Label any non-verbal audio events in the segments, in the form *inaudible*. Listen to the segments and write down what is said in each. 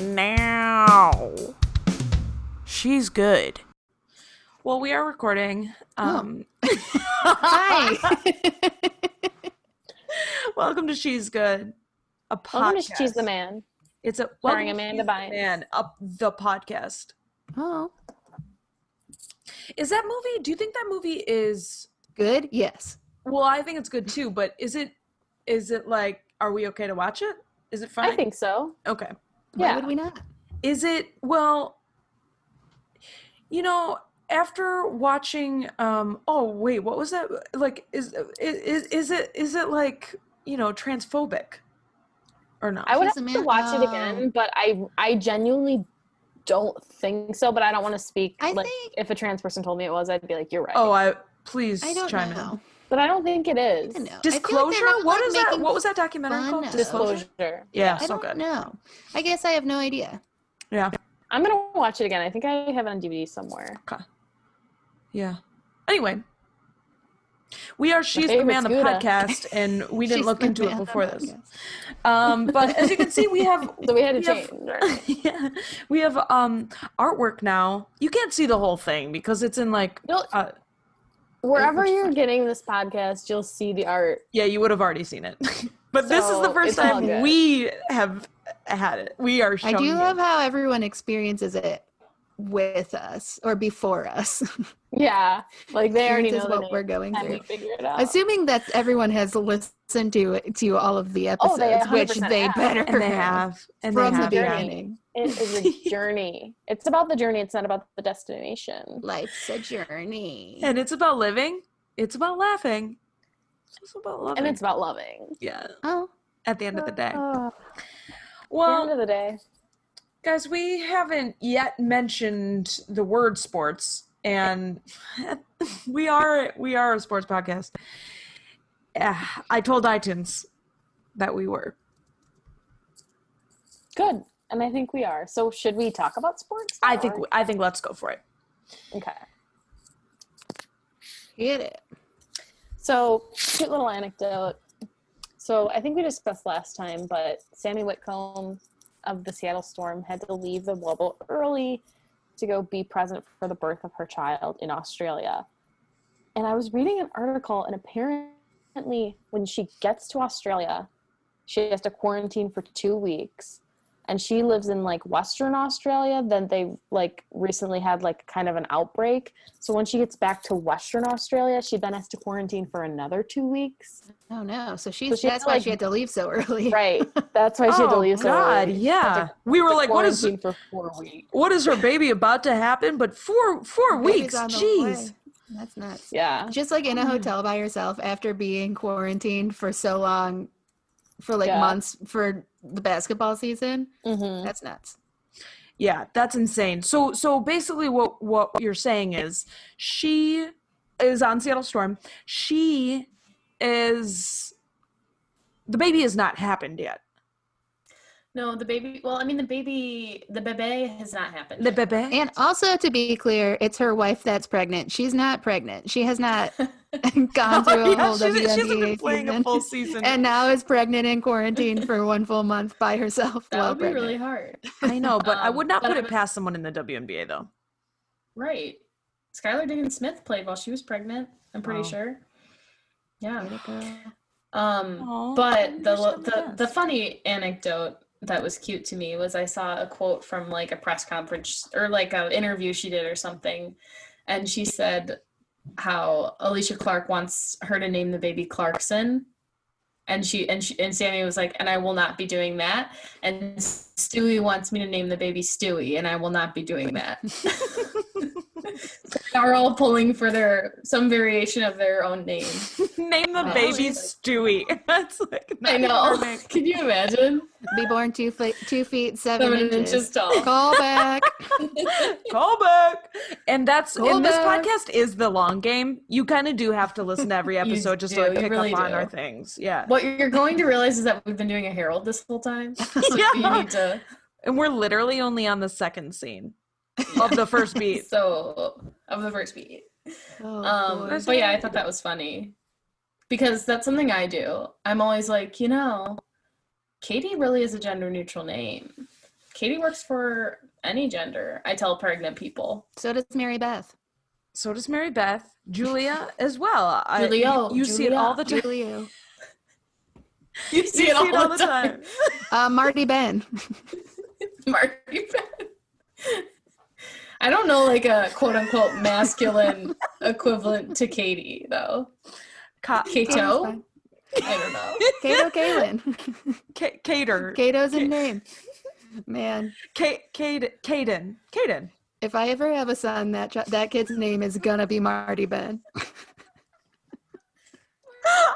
Now. She's good. Well, we are recording. Oh. Um, Hi. *laughs* Welcome to She's Good, a podcast. Welcome to She's the Man. It's a welcome starring to Amanda She's the Bynes. Man, up the podcast. oh, Is that movie? Do you think that movie is? good. Yes. Well, I think it's good too. But is it? Is it like? Are we okay to watch it? Is it fine? I think so. Okay. Why Yeah. would we not? Is it? Well, you know, after watching, um, oh wait, what was that? Like, is is is it is it like you know transphobic or not? I would She's have the to Man. watch it Oh. again, but I I genuinely don't think so. But I don't want to speak. I like, think- if a trans person told me it was, I'd be like, "You're right." Oh, I please I don't chime know. but I don't think it I is. don't know. I feel like they're Disclosure? not, what like, is that? making What was that documentary fun called? of- Disclosure. Disclosure. Yeah, I so don't good. know. I guess I have no idea. Yeah, I'm gonna watch it again. I think I have it on DVD somewhere. yeah. Anyway, we are she's the man the favorite's Gouda. podcast, and we didn't *laughs* She's look the into it man before that- this. Um, but as you can see, we have So we had to We have- change. *laughs* our- *laughs* yeah, we have um artwork now. You can't see the whole thing because it's in like You'll- uh, wherever it's you're getting this podcast, you'll see the art. yeah, you would have already seen it. *laughs* but this is the So, first it's all time good. we have had it. We are I showing do you. love how everyone experiences it with us or before us. *laughs* Yeah, like they already know Experiences the what we're name. going and we through. figure it out. Assuming that everyone has listened to to all of the Oh, episodes, they which 100% they have. better and *laughs* they have and from they the have yeah. journey. beginning. it is *laughs* a journey. It's about the journey. It's not about the destination. Life's a journey. and it's about living. It's about laughing. It's about loving. And it's about loving. yeah. oh, At the end of the day. Ah, the end Well, of the day. guys, we haven't yet mentioned the word sports, and *laughs* we are we are a sports podcast. Ah, I told iTunes that we were. Good. And I think we are. So should we talk about sports? I now, think or- we- I think let's go for it. Okay. get it. So cute little anecdote. So I think we discussed last time, but Sammy Whitcomb of the Seattle Storm had to leave the Wobble early to go be present for the birth of her child in Australia. And I was reading an article, and apparently, when she gets to Australia, she has to quarantine for two weeks. And she lives in like Western Australia. Then they like recently had like kind of an outbreak. So when she gets back to Western Australia, she then has to quarantine for another two weeks. Oh no! So she's, she had that's to, why like- she had to leave so early. Right. *laughs* That's why she Oh, had to leave so Oh, God, early. yeah. We were like, what is Quarantine for four weeks? what is her baby about to happen? But four four Baby's weeks. on the Jeez. way. That's nuts. Yeah. Just like in a hotel by herself after being quarantined for so long, for like Yeah. months for the basketball season. Mm-hmm. That's nuts. Yeah, that's insane. So so basically what what you're saying is she is on Seattle Storm. She is the baby has not happened yet. No, the baby. Well, I mean, the baby, the bebe has not *laughs* happened. The *laughs* bebe. And also, to be clear, it's her wife that's pregnant. She's not pregnant. She *laughs* has *laughs* not *laughs* gone through Oh, a yeah, whole she's- WNBA she hasn't been playing season, a full season. *laughs* and now is pregnant and quarantined for one full month by herself. that while would be pregnant. really hard. *laughs* I know, but I um, would not but put I it was- past someone in the WNBA though. Right. Skylar Diggins Smith played while she was pregnant. I'm pretty Wow. sure. Yeah. Way to go. Um. Aw, but the you're so the the best. funny anecdote that was cute to me was I saw a quote from like a press conference or like an interview she did or something, and she said how Alicia Clark wants her to name the baby Clarkson. And she and she and Sammy was like, and I will not be doing that. And Stewie wants me to name the baby Stewie, and I will not be doing that. *laughs* Are all pulling for their some variation of their own name. Name the Wow. baby Like- Stewie. *laughs* That's like not I even know. her name. *laughs* Can you imagine? Be born two feet, two feet seven, Seven inches. inches tall. Call *laughs* back. Call back. And that's and this Callback. podcast is the long game. You kind of do have to listen to every *laughs* You episode just do, to like, you pick really up on do. our things. Yeah. What you're going to realize is that we've been doing a Herald this whole *laughs* time. So Yeah. you need to. And we're literally only on the second scene of the first *laughs* beat. So of the first beat. Oh, Um, boy. First but yeah, beat. I thought that was funny because that's something I do. I'm always like, you know, Katie really is a gender neutral name. Katie works for any gender. I tell pregnant people. So does Mary Beth. So does Mary Beth, Julia as well. I, Julio, you see it all the time. Julio. *laughs* You see, You it, all the time. *laughs* Uh, Marty Ben. Marty Beth. I don't know like a quote unquote masculine *laughs* equivalent to Katie though. *laughs* Ca- Kato? I don't know. Kato Kalen. Ca- Cater. Kato's in name. Man, Ca- Cade- Caden. Caden. if I ever have a son, that chi- that kid's name is gonna be Marty Ben.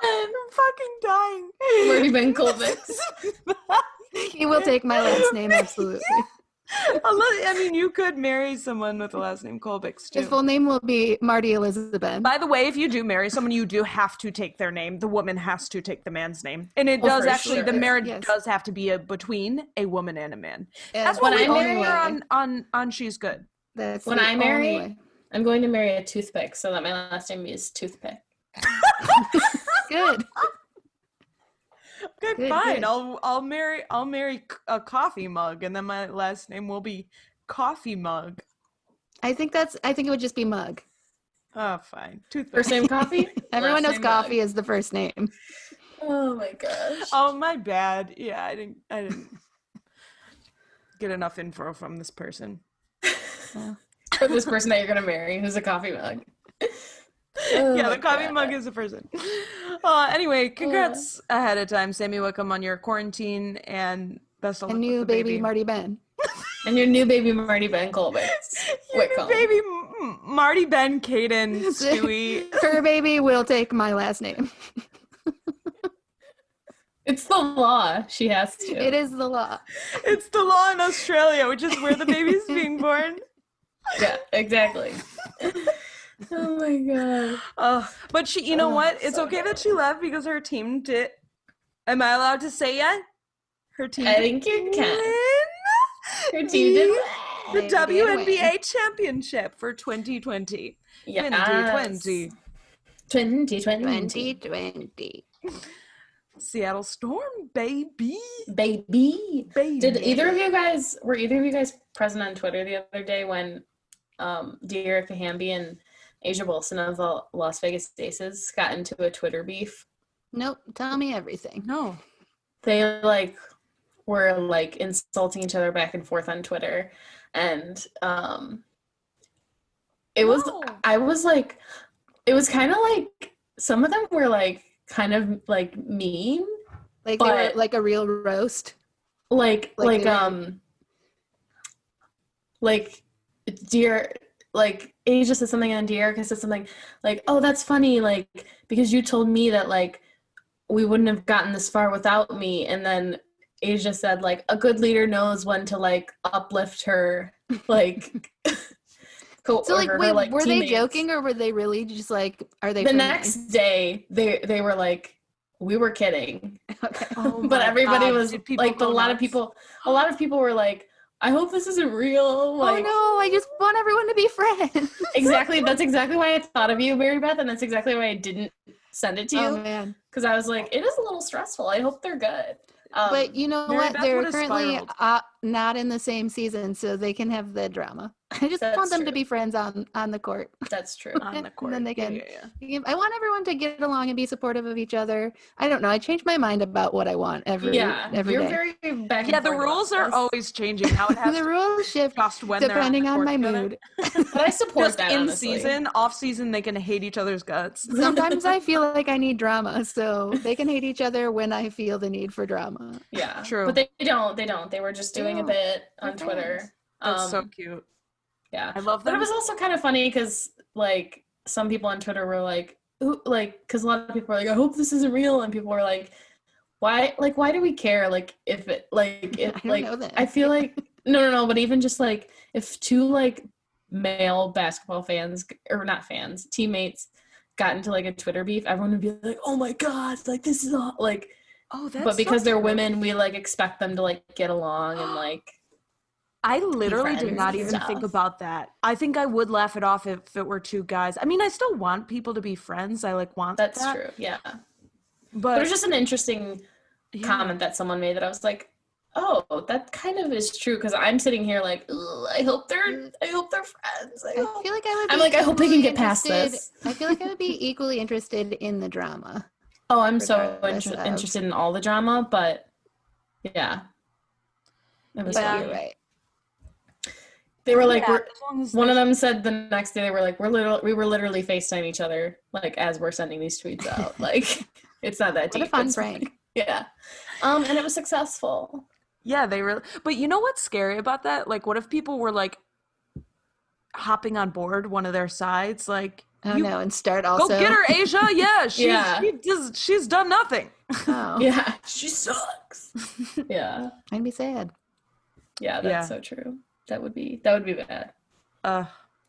I'm fucking dying. *laughs* Marty Ben Colvix. He will take my last name absolutely. Unless- I mean, you could marry someone with the last name Colbix His too. full name will be Marty Elizabeth. By the way, if you do marry someone, you do have to take their name. The woman has to take the man's name, and it Oh, does for actually. The sure. marriage Yes. does have to be a between a woman and a man. And That's what when we I the only marry way- her on on on. She's good. That's when the I marry- only way. I'm going to marry a toothpick so that my last name is toothpick. Good. Okay, Good, fine. good. I'll I'll marry I'll marry c- a coffee mug, and then my last name will be coffee mug. I think that's. I think it would just be Mug. Oh, fine. Toothpick. First name coffee? Everyone *laughs* Last knows name Bug. Coffee is the first name. Oh my gosh. *laughs* Oh, my bad. Yeah, I didn't. I didn't *laughs* get enough info from this person. For this person that you're gonna marry who's a coffee mug. Oh yeah, the coffee mug is a person. Uh, anyway, congrats ahead of time, Sammy Wickham, on your quarantine and best of A luck new with the baby, baby. Marty Ben. And your new baby Marty Ben Colvix. Your new Wickham. baby M- M- Marty, Ben, *laughs* Caden, *laughs* Stewie. Her baby will take my last name. It's the law. She has to. It is the law. it's the law in Australia, which is where the *laughs* baby's being born. Yeah, exactly. oh my god. Uh, but she, you know Oh, what? It's so okay that good. she left because her team did. Am I allowed to say yet? Her team. I did think you can. win Your team did. the They did win. WNBA championship for 2020. Yes. 2020. 2020. 2020. Seattle Storm, baby. Baby. baby. Did either of you guys were either of you guys present on Twitter the other day when um De'Erica Hamby and Asia Wilson of the Las Vegas Aces got into a Twitter beef? Nope. Tell me everything. No. they like were like insulting each other back and forth on Twitter and um it was I was like it was kind of like some of them were like kind of like mean Like they were But- like a real roast. like Like like they were- um like dear like Asia said something and Deerica said something like oh that's funny like because you told me that like we wouldn't have gotten this far without me and then Asia said like a good leader knows when to like uplift her *laughs* like co- So like, or her, wait, were they teammates." joking or were they really just like? Are they the friendly? next day they they were like we were kidding *laughs* Okay. Oh but my everybody God, was did people like but a go lot of nuts? people a lot of people were like i hope this isn't real like oh no! I just want everyone to be friends. *laughs* exactly that's exactly why i thought of you mary beth and that's exactly why i didn't send it to oh you man! because i was like it is a little stressful i hope they're good um, but you know Mary what? Beth They're would've currently spiraled. uh, not in the same season, so they can have the drama. *laughs* I just That's want them to true. be friends on on the court. that's true on the court. And then they Yeah, can- yeah, yeah. I want everyone to get along and be supportive of each other. I don't know. I change my mind about what I want *laughs* every yeah every you're day. very back Yeah, and the forth about rules are this. always changing. Now it *laughs* has the to rules shift just when depending they're on, on, the court my together. mood. but i support Just that in honestly. season, off season, they can hate each other's guts. Sometimes *laughs* I feel like I need drama, so they can hate each other when I feel the need for drama. yeah True. but they don't they don't they were just They doing a don't. bit They're on twitter friends. That's so Um, cute. yeah I love But that. it was also kind of funny because like some people on Twitter were like, who like because a lot of people were like, I hope this isn't real, and people were like, why like why do we care? Like if it like I it don't like know that. I feel like no no no, but even just like if two like male basketball fans or not fans teammates got into like a Twitter beef, everyone would be like, oh my god, like this is all like. oh, that's but so because they're cute. women, we like expect them to like get along and like. I literally did friends not and even stuff. think about that. I think I would laugh it off if it were two guys. I mean, I still want people to be friends. I like want That's that, true. Yeah. But But it was just an interesting Yeah. comment that someone made that I was like, oh, that kind of is true because I'm sitting here like, "Ugh, I hope they're, I hope they're friends. I Mm. I hope. feel like I would. I'm be like, I hope I can equally get past interested- this. I feel like I would be equally interested in the drama. *laughs* Oh, I'm so regardless inter- of- interested in all the drama, but yeah, it was But Yeah. weird. you're right. They were like, Yeah, we're, as long as one they- of them said the next day they were like, we're literal, we were literally Facetime each other like as we're sending these *laughs* tweets out. Like, it's not that What deep. a fun it's prank. fine. Yeah, um, and it was successful. Yeah, they really. But you know what's scary about that? Like, what if people were like hopping on board one of their sides? Like, Oh you- no, and start go also. get her, *laughs* Asia. Yeah, she's Yeah. She does, she's done nothing. Oh, Yeah, she sucks. *laughs* yeah, I'd be sad. yeah, that's Yeah. so true. That would be that would be bad. Uh,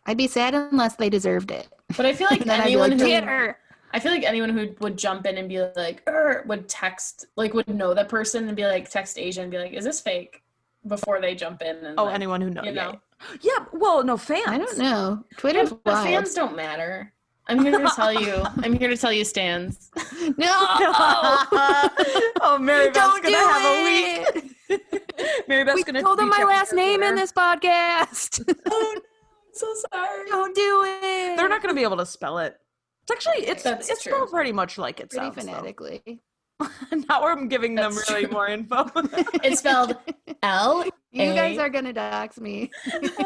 I'd be sad unless they deserved it. *laughs* But I feel like Then I'd be like, anyone get who her. I feel like anyone who would jump in and be like, er, would text, like, would know that person and be like, text Asia and be like, is this fake? Before they jump in. And oh, like, anyone who knows. you yeah. know. yeah. Well, no fans. I don't know. Yeah, Twitter's but wild. fans don't matter. I'm here to tell you. I'm here to tell you, stands. *laughs* No. *laughs* *laughs* oh, Mary Beth's *laughs* Don't gonna do have it. a week. Mary Beth's We gonna. told them be my checking last her name in Twitter. this podcast. *laughs* Oh, no, I'm so sorry. Don't do it. They're not gonna be able to spell it. It's actually it's That's it's true. spelled pretty much like it pretty sounds. though. phonetically. *laughs* now I'm giving them That's really true. more info. It's spelled L. You guys A- are gonna dox me.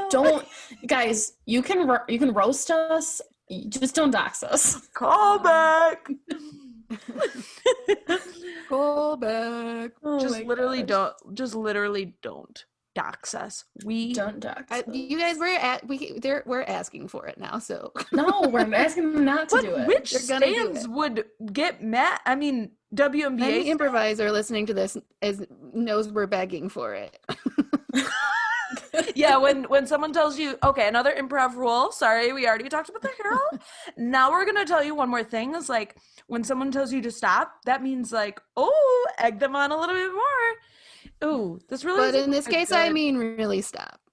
Don't, guys. You can ro- you can roast us. You Just don't dox *laughs* us. *laughs* Call back. Go back. just Oh my literally gosh. don't. Just literally don't dox us. We Don't dox. Uh, us. you guys were at we they're, we're asking for it now, so *laughs* No, we're asking them not to But do it. which They're gonna do stands it. would get mad? I mean, WNBA. any stands? improviser listening to this is knows we're begging for *laughs* it. yeah, when when someone tells you, okay, another improv rule. Sorry, we already talked about the Herald. now we're gonna tell you one more thing. Is like when someone tells you to stop, that means like, oh, egg them on a little bit more. Ooh, this really. But isn't in this a case, I good- mean really stop. *laughs*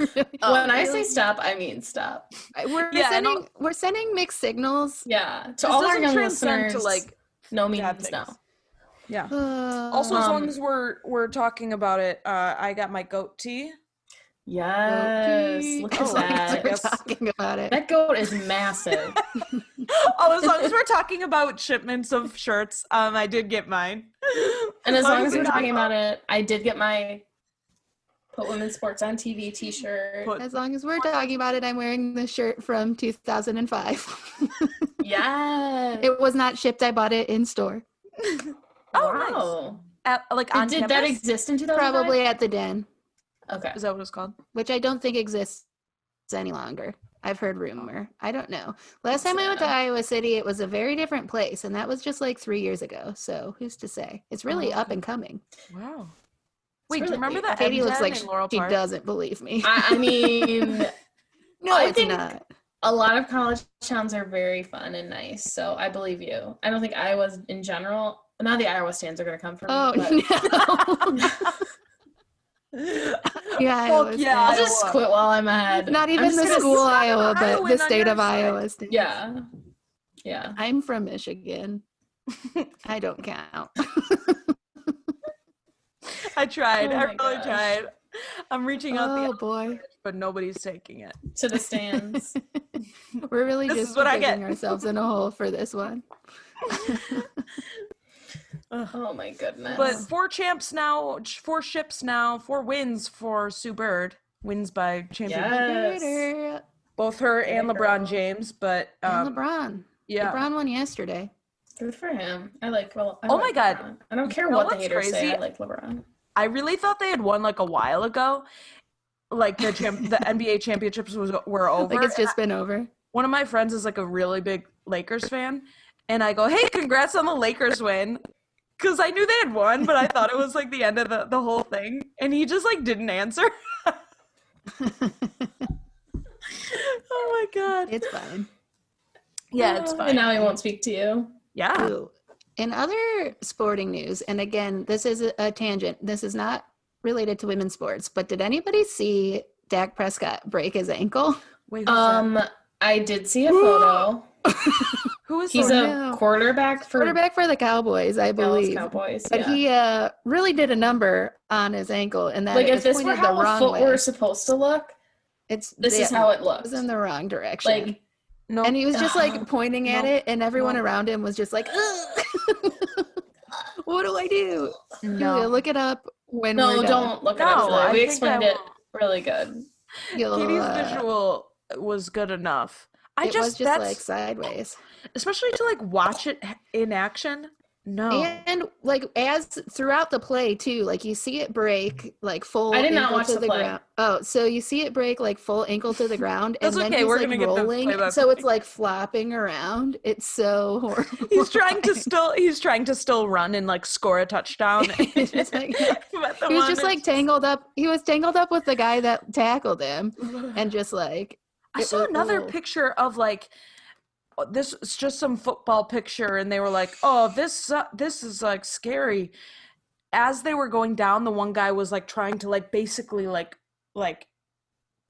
Oh, Oh, when I say stop, I mean stop. we're Yeah, and I'll- sending we're sending mixed signals. *sighs* Yeah, to this all our doesn't young transcend listeners, to like. no bad means no. things. Yeah. Uh, Also, as long Um, as we're we're talking about it, uh, I got my goat tea. Yes, okay. look Oh, *laughs* at We're yes. that. talking about it. That goat is massive. Oh, as long as we're talking about shipments of shirts, um, I did get mine. And *laughs* as long as we're talking about it, I did get my Put Women's Sports on TV t shirt. Put- As long as we're talking about it, I'm wearing the shirt from *laughs* 2005. *laughs* Yes. it was not shipped. I bought it in store, Oh, nice. wow. At- like on And Did that campus? exist in 2005? probably at the den, Okay. Is that what it's called? which I don't think exists any longer. I've heard rumor. I don't know. Last time I went to Sad. Iowa City, it was a very different place, and that was just like three years ago. So who's to say? It's really Oh, up okay. and coming. Wow. Wait, do really you remember weird. that? Katie looks MGen like in Laurel she Park? doesn't believe me. I, I mean, *laughs* no, I it's think- not. a lot of college towns are very fun and nice. So I believe you. I don't think Iowa's in general. Now the Iowa stands are going to come from *laughs* Oh me. *laughs* but- no! yeah, Iowa Fuck yeah, I'll State. just quit while I'm ahead. not I'm even just the gonna- school Iowa, but Iowan the on state your of side. Iowa. State. Yeah. Yeah. I'm from *laughs* Michigan. I don't count. *laughs* I tried. Oh I my really gosh. tried. I'm reaching out the oh elbow, boy, but nobody's taking it. To *laughs* the stands. we're really This just is what I digging get. ourselves in a hole for this one. oh my goodness. But four champs now, ch- four ships now, four wins for Sue Bird. Wins by championship. *laughs* Yes. Murder. Both her and Good LeBron girl. James, but um, And LeBron. yeah. LeBron won yesterday. Good for him. I like. Well, I Oh like my God. LeBron. I don't care know what the what's haters say. crazy? I like LeBron. I really thought they had won like a while ago. Like the champ- the *laughs* NBA championships was were over. Like it's and just been over. one of my friends is like a really big Lakers fan, and I go, "Hey, congrats on the Lakers win," because I knew they had won, *laughs* but I thought it was like the end of the, the whole thing, and he just like didn't answer. *laughs* oh my *laughs* god! It's fine. *laughs* yeah, it's Oh, fine. And now he won't speak to you. yeah, Ooh. In other sporting news, and again, this is a- a tangent. This is not related to women's sports, but did anybody see Dak Prescott break his ankle? wait, who's that? *gasps* Um, I did see a photo. Who is He's the, no. a quarterback *laughs* for quarterback for the Cowboys, I Dallas believe. Cowboys. But yeah. he uh, really did a number on his ankle, and that like it if was this were pointed how the a wrong foot way. were supposed to look, it's this is yeah, how it it looks. was in the wrong direction. Like no? and he was just *gasps* like pointing at Oh, No. it, and everyone No. around him was just like, "Ugh." *laughs* "What do I do?" Julia, no. look it up when no, we're done. don't look at No, it. up I today. We think explained I it will. really good. You'll, Katie's uh, visual was good enough. I it just, was just that's like sideways. especially to like watch it h- in action. No, And like as throughout the play too, like you see it break like full. I did not ankle watch to the play. ground. Oh, so you see it break like full ankle to the ground, and That's then okay, he's we're like gonna get the rolling, play-by-play. so it's like flopping around. It's *laughs* so horrible. *laughs* he's trying to still he's trying to still run and like score a touchdown. *laughs* It's just like- *laughs* But the he was one just is- like tangled up. He was tangled up with the guy that tackled him, and just like I it saw was- another ooh. picture of like oh, this is just some football picture, and they were like, "Oh, this su- this is like scary." As they were going down, the one guy was like trying to like basically like like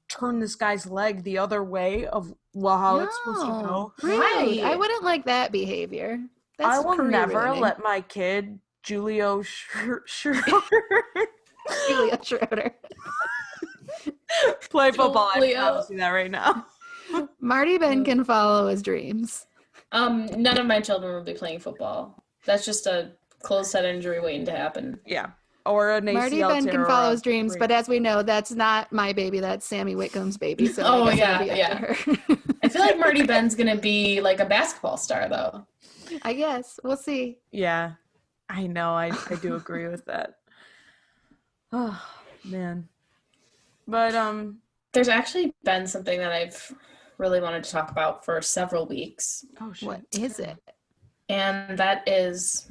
turn this guy's leg the other way of well how it's supposed to go. no, rude. I Right. wouldn't like that behavior. I That's will career never ruining. let my kid Julio Schur- Schur- *laughs* Oh, Julia Schroeder. play football. I Julio. promise you that right now. *laughs* Marty Ben Mm. can follow his dreams. Um, none of my children will be playing football. That's just a closed head injury waiting to happen. Yeah, or an ACL Marty Ben tear can or follow a his dreams, brain- but as we know, that's not my baby. That's Sammy Whitcomb's baby. So Oh, I guess it'll yeah, be up to her. *laughs* I feel *laughs* like Marty Ben's gonna be like a basketball star though. I guess we'll see. Yeah, I know. I, I do agree with that. *sighs* Oh man, but um, There's actually been something that I've really wanted to talk about for several weeks, oh shit. What is it? and that is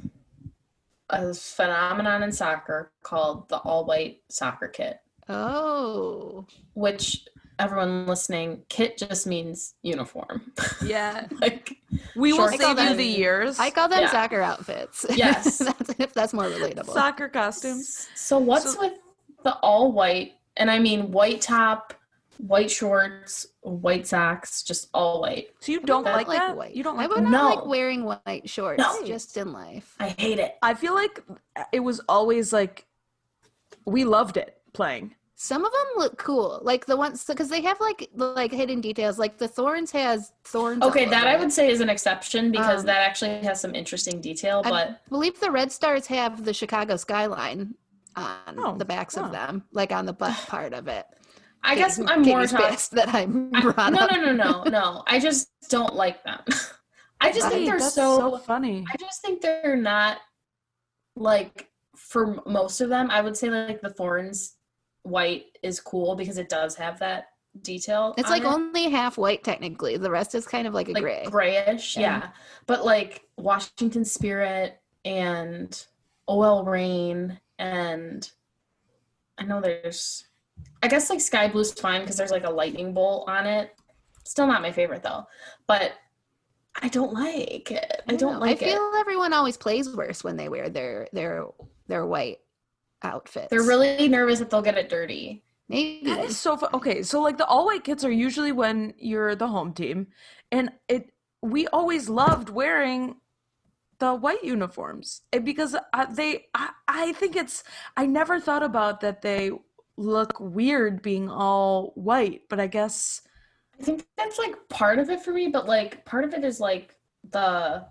a phenomenon in soccer called the all white soccer kit, Oh, which everyone listening, kit just means uniform. *laughs* *laughs* Yeah, like we will Sure. I save call you them- the years. I call them Yeah. soccer outfits. *laughs* Yes. that's, if that's more relatable. soccer costumes. So what's So- with the all white? And I mean white top, white shorts, white socks, just all white. So you I would don't not like, that? White. You don't I like? would that? not like No. wearing white shorts No. just in life. I hate it. I feel like it was always like we loved it playing. Some of them look cool, like the ones because they have like like hidden details. Like the thorns has thorns. all Okay, over that I it. would say is an exception because Um, that actually has some interesting detail, I- but believe the Red Stars have the Chicago skyline on Oh, the backs wow. of them, like on the butt *sighs* part of it. I guess Getting- I'm more getting *laughs* talking pissed that I I- brought No, up. no, no, no, no. I just don't like them. *laughs* I just Right, think they're that's so funny. I just think they're not like for m- most of them. I would say like the thorns white is cool because it does have that detail. It's on like it, only half white technically. The rest is kind of like a like gray. grayish, Yeah. yeah. But like Washington Spirit and Oil Rain and I know there's I guess like sky blue's fine because there's like a lightning bolt on it. Still not my favorite though, but I don't like it. I don't know. like I it. feel everyone always plays worse when they wear their their their white outfits. They're really nervous that they'll get it dirty. maybe. That is so fu- okay. So like the all white kits are usually when you're the home team, and it we always loved wearing the white uniforms eh, because uh, they I, I think it's I never thought about that they look weird being all white, but I guess I think that's like part of it for me, but like part of it is like the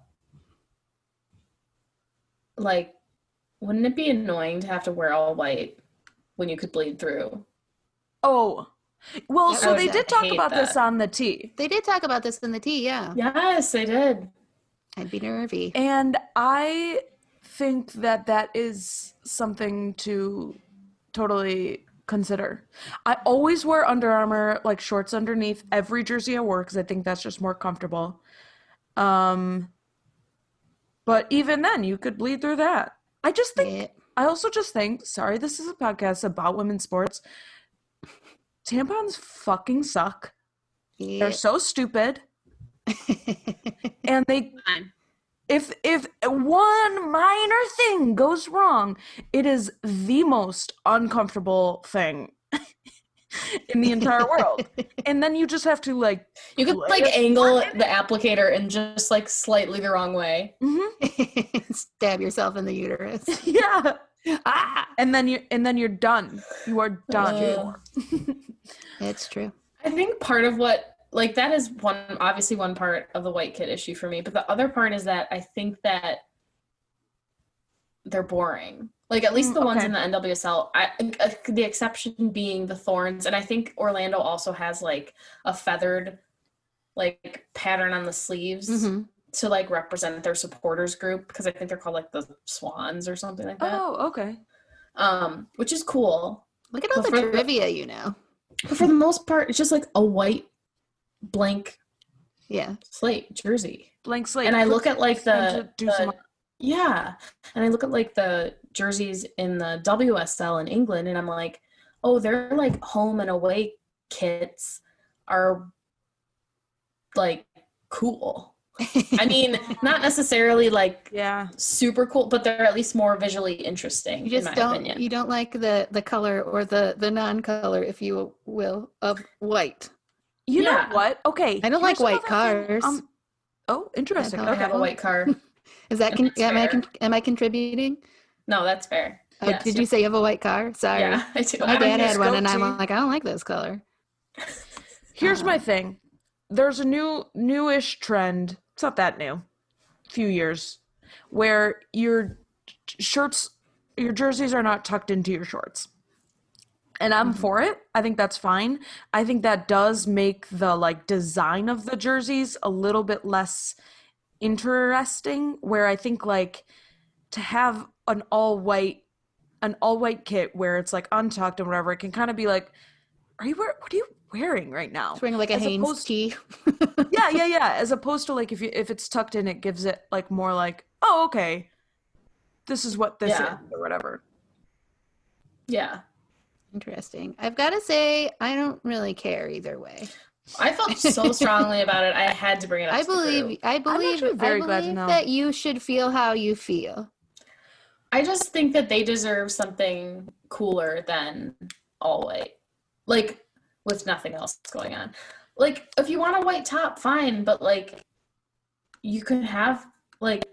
like wouldn't it be annoying to have to wear all white when you could bleed through? oh well. Yeah, so I they would did talk hate about this that. on the T, They did talk about this in the tea, yeah. Yes, I did. I'd be nervy. and I think that that is something to totally consider. I always wear Under Armour like shorts underneath every jersey I wear because I think that's just more comfortable. Um, but even then, you could bleed through that. I just think. Yeah. I also just think. Sorry, this is a podcast about women's sports. Tampons fucking suck. They're so stupid, yeah. and they if if one minor thing goes wrong, it is the most uncomfortable thing. *laughs* in the entire *laughs* world. And then you just have to like, You could like angle the applicator and just like slightly the wrong way. mhm, *laughs* Stab yourself in the uterus. *laughs* yeah, ah, and then you and then you're done. You are done. Uh, it's true. I think part of what like that is one obviously one part of the white kid issue for me, but the other part is that I think that they're boring. Like at least Mm, the ones okay. in the NWSL, I, uh, the exception being the Thorns, and I think Orlando also has like a feathered like pattern on the sleeves Mm-hmm. hmm to like represent their supporters group because I think they're called like the Swans or something like that, oh, okay. um, which is cool. Look at all the Well, for- trivia you know. But for the most part, it's just like a white blank Yeah. slate jersey. Blank slate. and I Put- look at like the, to do the- some- yeah, and I look at like the jerseys in the WSL in England, and I'm like, oh, their like home and away kits are like cool. *laughs* I mean, not necessarily like yeah. super cool, but they're at least more visually interesting. you in just my don't opinion. you don't like the the color or the the non-color if you will of white. You Yeah. know what? Okay. I don't like here's white another thing, cars. Um, oh, interesting. don't I Okay. have a *laughs* white car. Is that and con- that's am I fair. con- am I contributing? No, that's fair. Oh, Yes, did you're- you say you have a white car? Sorry. Yeah, *laughs* I do. My I don't dad use had one and goatee. I'm like, I don't like this color. Here's my Um, thing. There's a new newish trend. It's not that new. Few years where your t- shirts your jerseys are not tucked into your shorts. And I'm for it. I think that's fine. I think that does make the like design of the jerseys a little bit less interesting where I think like to have an all white an all white kit where it's like untucked and whatever, it can kind of be like, are you wear- what are you wearing right now? It's wearing like a As Hanes opposed- tee. yeah, yeah, yeah. As opposed to like if you if it's tucked in, it gives it like more like, oh, okay, this is what this Yeah. is or whatever. Yeah. Interesting. I've got to say, I don't really care either way. I felt *laughs* so strongly about it. I had to bring it up. I to the group. believe, I believe, actually very I glad to believe know. that you should feel how you feel. *laughs* I just think that they deserve something cooler than all white. Like with nothing else going on. Like if you want a white top, fine, but like you could have like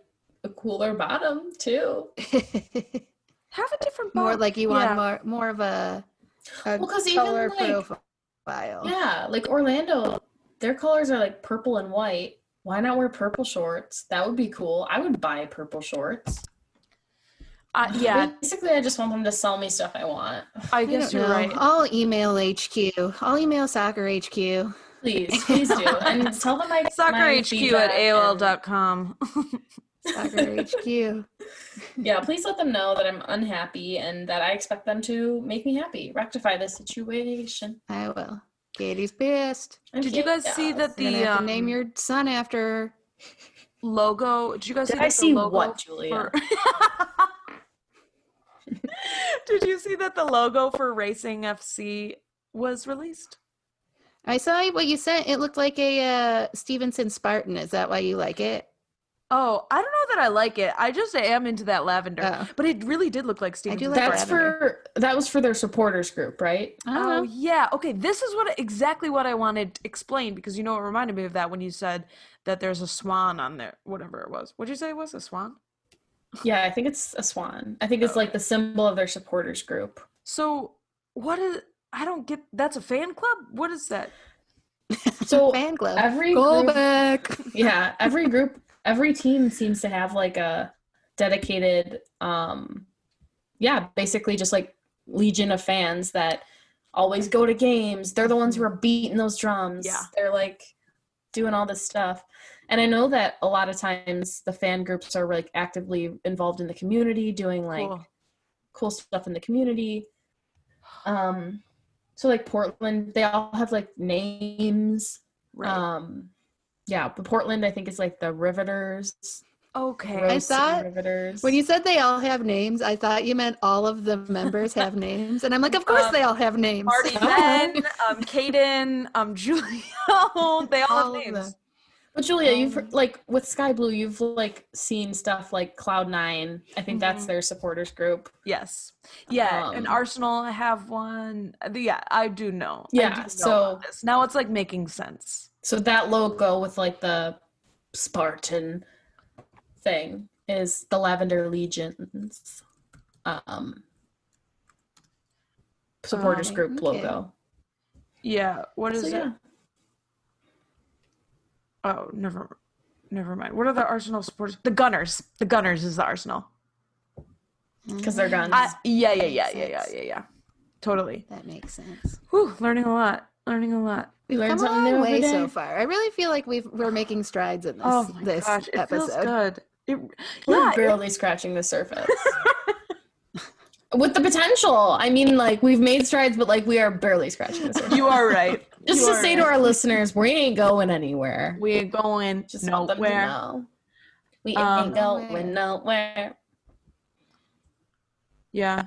a cooler bottom too. Have a different more bot- like you want yeah. more, more of a, a Well, 'cause even, color like- profile. Yeah, like Orlando, their colors are like purple and white. Why not wear purple shorts? That would be cool. I would buy purple shorts. Uh, yeah, Basically, I just want them to sell me stuff I want. I I guess don't you're know. right. I'll email HQ. I'll email soccer HQ. Please, please do. *laughs* and tell them I Soccer my HQ feedback at and- AOL.com. *laughs* Soccer HQ. yeah please let them know that i'm unhappy and that i expect them to make me happy rectify the situation I will. Katie's pissed. And Did you guys see yes. that You're the gonna have to name um, your son after *laughs* logo? Did you guys did see i that the see logo what julia for- *laughs* Did you see that the logo for Racing FC was released? I saw what you sent. It looked like a uh, Stevenson Spartan. Is that why you like it? Oh, I don't know that I like it. I just am into that lavender. Oh. But it really did look like Steven. do like that's for that was for their supporters *sighs* group right Oh yeah. Okay, this is what exactly what I wanted explained because you know it reminded me of that when you said that there's a swan on there, whatever it was. What'd you say it was? A swan? yeah i think it's a swan i Oh. think it's like the symbol of their supporters group *laughs* So what is? I don't get. That's a fan club. What is that? so fan club. every Go group, back. yeah every group every team seems to have like a dedicated um yeah basically just like legion of fans that always go to games they're the ones who are beating those drums Yeah. they're like doing all this stuff and i know that a lot of times the fan groups are like actively involved in the community doing like Cool. cool stuff in the community. Um, so like Portland, they all have like names. Right. Um, yeah, but Portland, I think is like the Riveters. okay. Rose City thought Riveters. When you said they all have names, I thought you meant all of the members *laughs* have names, and I'm like, of course Uh, Um, they all have names. *laughs* Marty Someone. *laughs* Ben, um, Caden, um, Julio. They all, All have of names. them. But Julia, you've Um, like with Sky Blue, you've like seen stuff like Cloud Nine. I think that's Mhm. their supporters group. Yes. Yeah, and Um, Arsenal have one. Uh, Yeah, I do know. I do Yeah, know about so- this. now it's like making sense. So that logo with like the Spartan thing is the Lavender Legions um supporters Um, group okay. logo. Yeah, what is So, it? yeah. Oh, never never mind. What are the Arsenal supporters? The Gunners. The Gunners is the Arsenal. Because they're guns. I, yeah, yeah, yeah, Makes yeah, yeah, sense. yeah, yeah. Totally. Mm-hmm. That makes sense. Whew, learning a lot. Learning a lot. we learned Come a something new long every way day. so far. I really feel like we've we're making strides in this Oh my this gosh, it feels episode. good. It, We're yeah, it- barely scratching the surface. *laughs* With the potential. I mean, like, we've made strides, but like, we are barely *laughs* scratching the surface. *laughs* you are right. Just You to are say to right. our listeners, we ain't going anywhere. *laughs* we ain't going Just want them to nowhere. know. We Um, ain't going nowhere. Yeah.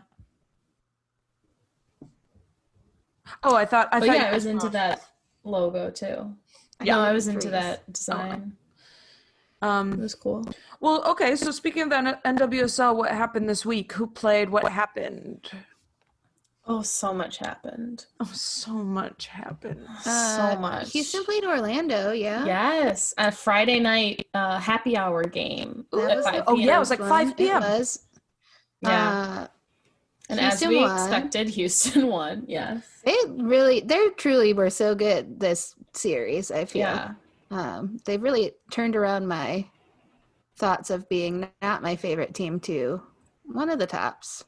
Oh, I thought I But thought yeah, you I was were into wrong. that logo too. Yeah. No, I was into Freeze. that design. It Um, was cool. well, okay. So speaking of the N- NWSL, what happened this week? Who played? What happened? Oh, so much happened. Oh, so much happened. Uh, so much. Houston played Orlando, yeah. Yes, a Friday night uh, happy hour game. That at was the- 5 Oh, yeah, it p.m. was like One, 5 it p.m.. was. yeah. Uh, And Houston as we won. expected, Houston *laughs* won. Yes. they really, they truly were so good this series. I feel Yeah. um, they've really turned around my thoughts of being not my favorite team to one of the tops.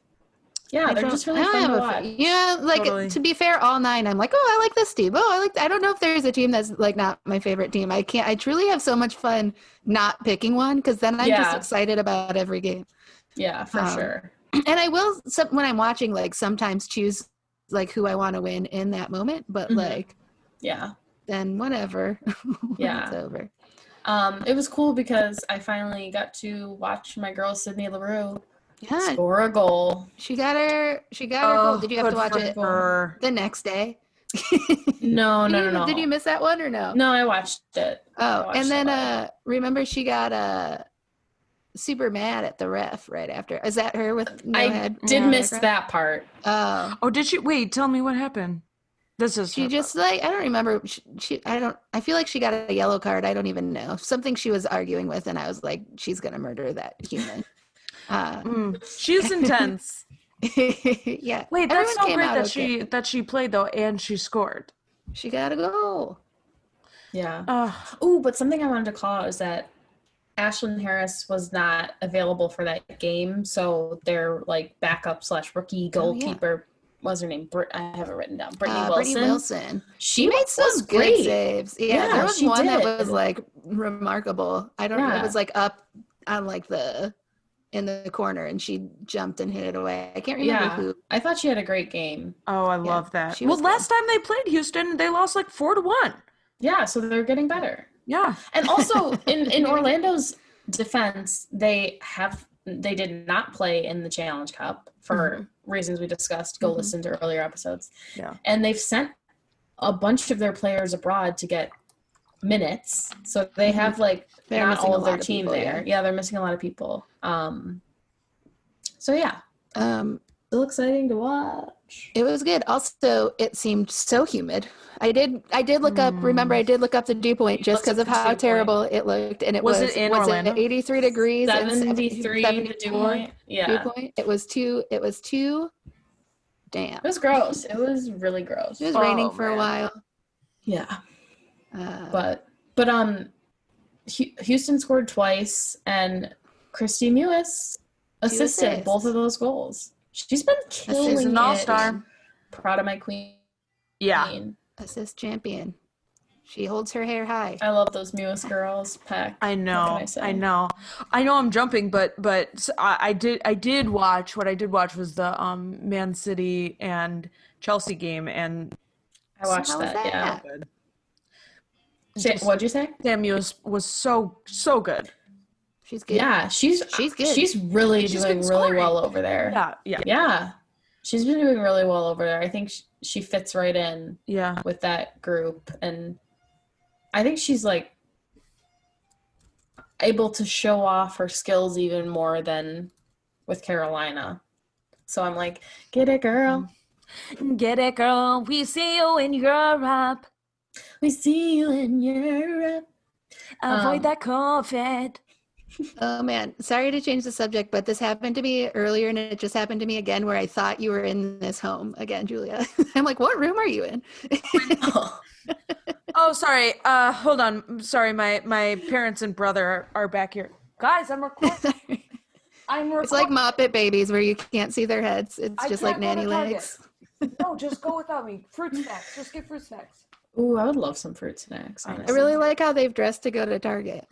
Yeah, I they're don't- just really I don't fun to have a watch. fa- Yeah, like Totally. to be fair, all nine. I'm like, oh, I like this team. Oh, I like. I don't know if there's a team that's like not my favorite team. I can't. I truly have so much fun not picking one because then I'm just Yeah. excited about every game. *clears throat* Yeah, for Um, sure. And I will some, when I'm watching, like sometimes choose like who I want to win in that moment. But Mhm. like Yeah. then whatever. *laughs* when Yeah. it's over. Um, it was cool because I finally got to watch my girl Sydney LaRue Yeah, score a *laughs* goal. she got her. She got her goal. Did you have to watch it Oh, Her. the next day? No, Did no, you- no, no. Did you miss that one or no? No, I watched it. I Oh, watched and it then live. uh remember she got uh super mad at the ref right after. Is that her with no I head? did no miss background? that part. Oh. Oh, did she? Wait, tell me what happened. This is She her just like I don't remember she, she I don't I feel like she got a yellow card. I don't even know. Something she was arguing with and I was like she's going to murder that human. *laughs* Uh fault. Mm, she's *laughs* intense. yeah. Wait, that's everyone so came great out that okay. she that she played though, and she scored. she got a goal. Yeah. Oh, Oh, but something I wanted to call out is that Ashlyn Harris was not available for that game, so their like backup slash rookie Oh, yeah. goalkeeper what was her name. Brit- I have it written down. Brittany Uh, Wilson. Brittany Wilson. She, She made was some great. great saves. Yeah, Yeah, there was she one that did. was like remarkable. I don't know. Yeah. It was like up on like the in the corner and she jumped and hit it away. I can't remember Yeah. who. I thought she had a great game. oh, I Yeah, love that. she Well, was good. last time they played Houston, they lost like four to one. Yeah, so they're getting better. Yeah. And also in in Orlando's defense, they have they did not play in the Challenge Cup for Mm-hmm. reasons we discussed. Go Mhm. listen to earlier episodes. Yeah. And they've sent a bunch of their players abroad to get minutes. So they have like Mm-hmm. They're not missing all a of their lot of team people, there. Yeah. they're missing a lot of people. Um so yeah, Um still exciting to watch. it was good. Also, it seemed so humid. I did I did look up remember Mm. I did look up the dew point just looked up because of the how dew terrible it looked and it Was was it in was Orlando? it 83 degrees and 73 to dew 74 point. dew Yeah. point. It was too it was too damn. It was gross. It was really gross. It was Oh, raining for man. a while. Yeah. Uh, but but um Hu- houston scored twice and christy mewis assisted assists. both of those goals she's been killing She's an it. all-star. proud of my queen Yeah. assist champion. She holds her hair high. i love those mewis girls pack I know, I say? I know, I know. I'm jumping, but but s- I, I did I did watch what I did watch was the um Man City and Chelsea game and i watched How was that, yeah that? good. Sa- what'd you say Sam Mewis was so so good. She's good. yeah she's She's good. she's really She's doing been really scoring. well over there Yeah, yeah, yeah she's been doing really well over there i think she, she fits right in yeah. with that group and i think she's like able to show off her skills even more than with Carolina. So I'm like, get it, Mm. girl. Get it, girl. We see you in Europe. We see you in Europe. Avoid Um, that COVID. Oh man, sorry to change the subject, but this happened to me earlier and it just happened to me again where I thought you were in this home again, Julia. *laughs* I'm like, what room are you in? *laughs* Oh, sorry. Uh, hold on. I'm Sorry, my my parents and brother are, are back here. Guys, I'm recording. it's I'm like recording. Muppet Babies where you can't see their heads. It's I just like can't go to nanny Target. legs. no, just go without me. Fruit snacks. Just get fruit snacks. Ooh, I would love some fruit snacks. I know. I Honestly. really like how they've dressed to go to Target.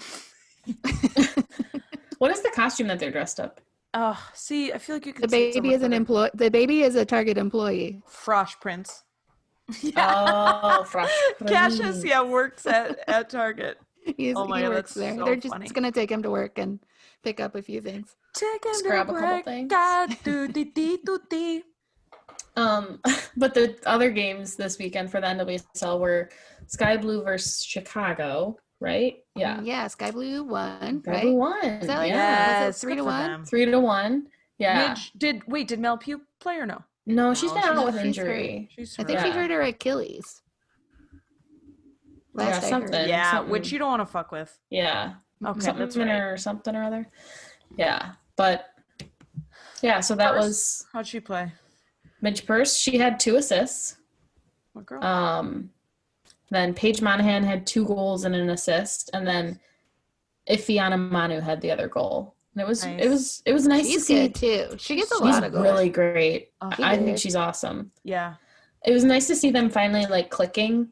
What is the costume that they're *laughs* dressed up? Oh, see, I feel like you could. The baby is an employee. The baby is a Target employee. Frosh Prince. Oh, fresh. Cassius, cream. yeah, works at at Target. He's, Oh my he God, that's works there. so They're just funny. going to take him to work and pick up a few things. Take him Just to grab a couple work, things. God, do dee dee do dee. Um, *laughs* but the other games this weekend for the NWSL were Sky Blue versus Chicago, right? Yeah. Yeah. Sky Blue won, Sky Blue Mm-hmm. right? won. Is that like- yeah. Yeah, Yes, was it three good to for one? them. Three to one. Yeah. Midge, did wait? Did Mel Pugh play or no? No, she's No, been she's- out with she's injury. She's I think she Yeah. hurt her Achilles. Yeah, Last I heard. something. yeah, which you don't want to fuck with. Yeah. Okay, Something that's right. or something or other. Yeah. But yeah, so that Purse. was How'd she play? Midge Purse. She had two assists. What girl? Um, then Paige Monahan had two goals and an assist, and then Ifiana Manu had the other goal. And it was Nice. it was it was nice to She's see. good too. She gets a she's lot of goals. really great. Oh, I I think good. she's awesome. yeah. It was nice to see them finally like clicking,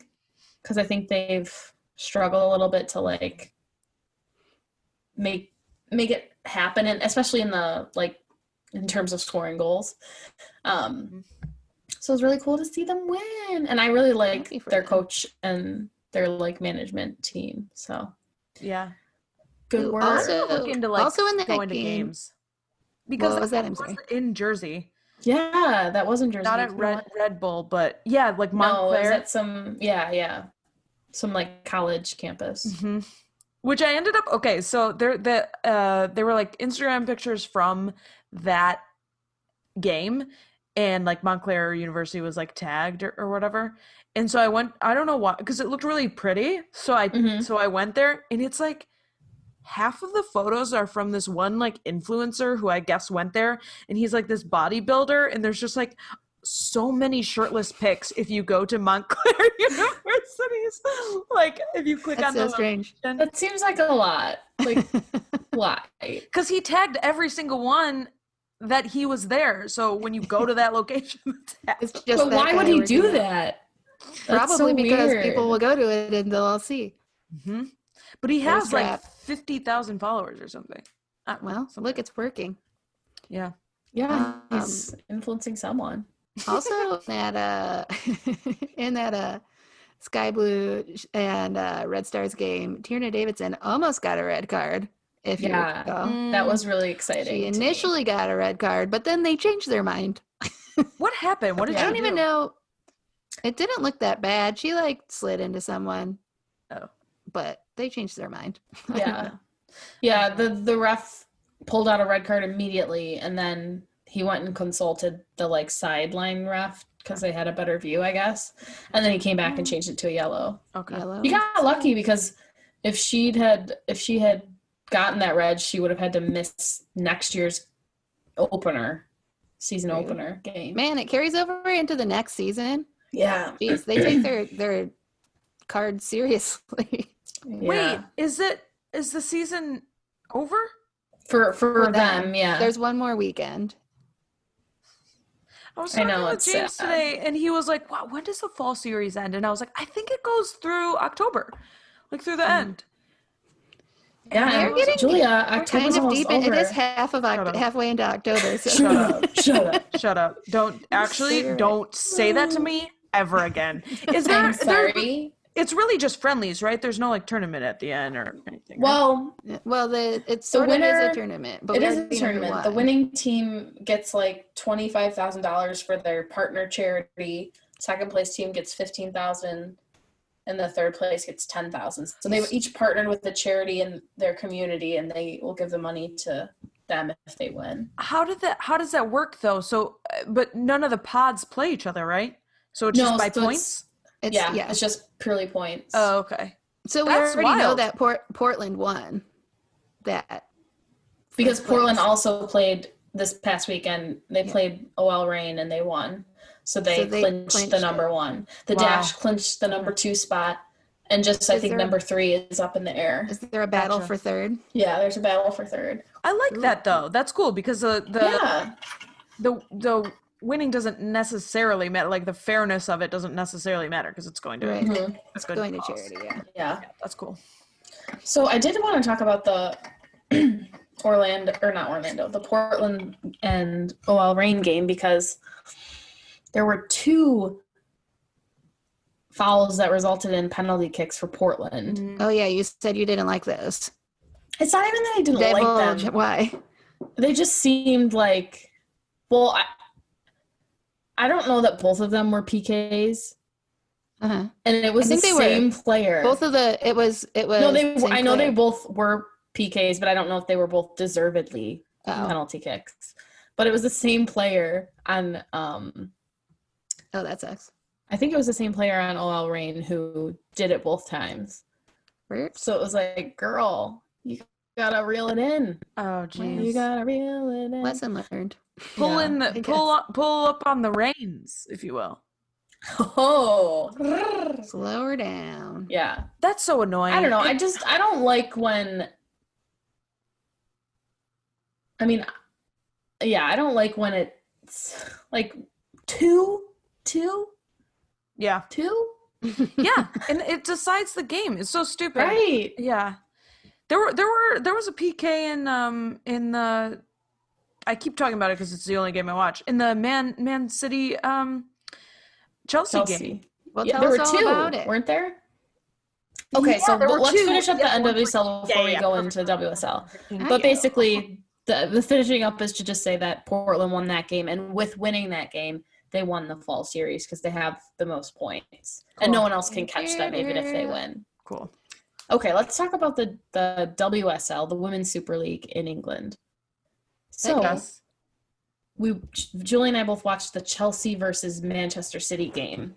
because I think they've struggled a little bit to like make make it happen, and especially in the like in terms of scoring goals. Um, Mm-hmm. so it was really cool to see them win. And I really like Happy for their them. coach and their like management team. So Yeah. good Ooh, work. also- Look into like uh, also in that going to game- games because What was that? I'm was sorry. in Jersey, yeah, that wasn't Jersey. not at Red Red Bull, but yeah, like No, it was Montclair, at some yeah, yeah. Some like college campus. Mhm. which I ended up okay. So there, the uh, there were like Instagram pictures from that game, and like Montclair University was like tagged or, or whatever. And so I went. I don't know why, because it looked really pretty. So I Mhm. so I went there, and it's like half of the photos are from this one like influencer who I guess went there, and he's like this bodybuilder, and there's just like so many shirtless pics if you go to Montclair *laughs* University's like if you click That's on so the strange. That seems like a lot. *laughs* Like why? because he tagged every single one that he was there. So when you go to that *laughs* location, it's tagged. It's just But that why would guy he working do there. that? That's Probably so because people weird. will go to it and they'll all see. Mhm. But he Thirst has like Mm-hmm. trap. fifty thousand followers or something. I- Well, something. look, it's working. yeah, Yeah, *laughs* he's Um, influencing someone. Also, that uh, *laughs* in that uh, Sky Blue sh- and uh, Red Stars game, Tierna Davidson almost got a red card. If Yeah. you recall. That was really exciting. she to me. initially got a red card, but then they changed their mind. what happened. What did Yeah. I you don't even do? know. It didn't look that bad. She like slid into someone. Oh. But they changed their mind. *laughs* yeah yeah the the ref pulled out a red card immediately and then he went and consulted the like sideline ref because they had a better view i guess and then he came back Mm. and changed it to a yellow Okay. Yellow. you got lucky because if she'd had if she had gotten that red she would have had to miss next year's opener season True. opener game Man, it carries over into the next season. yeah Jeez, they take their *clears throat* their card seriously. Wait, Yeah. is it is the season over? for For for them. them yeah There's one more weekend. I was I talking know, with it's James sad. today, and he was like, "Wow, when does the fall series end?" And I was like, "I think it goes through October, like they're the end." yeah They're and getting- julia We're october's kind of almost deep in over. it is half of Shut up. Oct- halfway into October. *laughs* So shut up *laughs* shut up Shut up! Don't actually You're right. don't say that to me ever again. *laughs* Is there? I'm there- sorry. it's really just friendlies, right? There's no like tournament at the end or anything. right? Well, well the it's The sort of is winner- a tournament, but it we is a already know who tournament. The won. winning team gets like twenty five thousand dollars for their partner charity. Second place team gets fifteen thousand. and the third place gets 10,000. So they each partnered with the charity in their community and they will give the money to them if they win. How did that? How does that work though? So, uh, but none of the pods play each other, right? So it's No, just by so it's- points. It's, yeah, yeah. it's just purely points. Oh, okay. So we That's already know wild. that Port- Portland won that. because first Portland place. also played this past weekend. They Yeah. played OL Reign and they won. So they, So they clinched, clinched the it. number one. The Wow. Dash clinched the number two spot. And just, I Is think, there- number three is up in the air. Is there a battle Gotcha. for third? Yeah, there's a battle for third. I like Ooh. that though. That's cool because the the yeah. the the winning doesn't necessarily matter. Like the fairness of it doesn't necessarily matter because it's going to Right. Mhm. it's It's going to cause. charity, yeah. Yeah. Yeah, that's cool. So I did want to talk about the *clears throat* Orlando or not Orlando, the Portland and OL Rain game because there were two fouls that resulted in penalty kicks for Portland. Oh, yeah, you said you didn't like those. It's not even that I didn't like Divulge them. why. They just seemed like well, I, I don't know that both of them were PKs, Uh-huh. and it was the think they were. same player. Both of the, it was, it was. no, they. I know they Sinclair. both were PKs, but I don't know if they were both deservedly Oh, penalty kicks. But it was the same player on um oh, that sucks. I think it was the same player on OL Rain who did it both times. Bert? So it was like, girl, you gotta reel it in. Oh You jeez. gotta reel it in. Lesson learned. Pull in I the pull guess. up pull up on the reins, if you will. *laughs* Oh. Slow her down. Yeah. That's so annoying. I don't know. It- I just I don't like when I mean yeah, I don't like when it's like two, two, *laughs* yeah. two? *laughs* Yeah. and it decides the game. It's so stupid. Right. Yeah. There were there were there was a PK in um in the I keep talking about it because it's the only game I watch. In the Man Man City um Chelsea, game. Chelsea. Well, Yeah, tell there were us all two, about it. weren't there? Okay, so there were but let's two. finish up Yeah, the one NWSL Yeah, before yeah, yeah, we go perfect. into WSL. I But know. basically, the, the finishing up is to just say that Portland won that game, and with winning that game, they won the fall series because they have the most points, and no Cool. one else can catch them even if they win. Cool. Okay, let's talk about the the WSL, the Women's Super League in England. So Yes. we Julie and I both watched the Chelsea versus Manchester City game.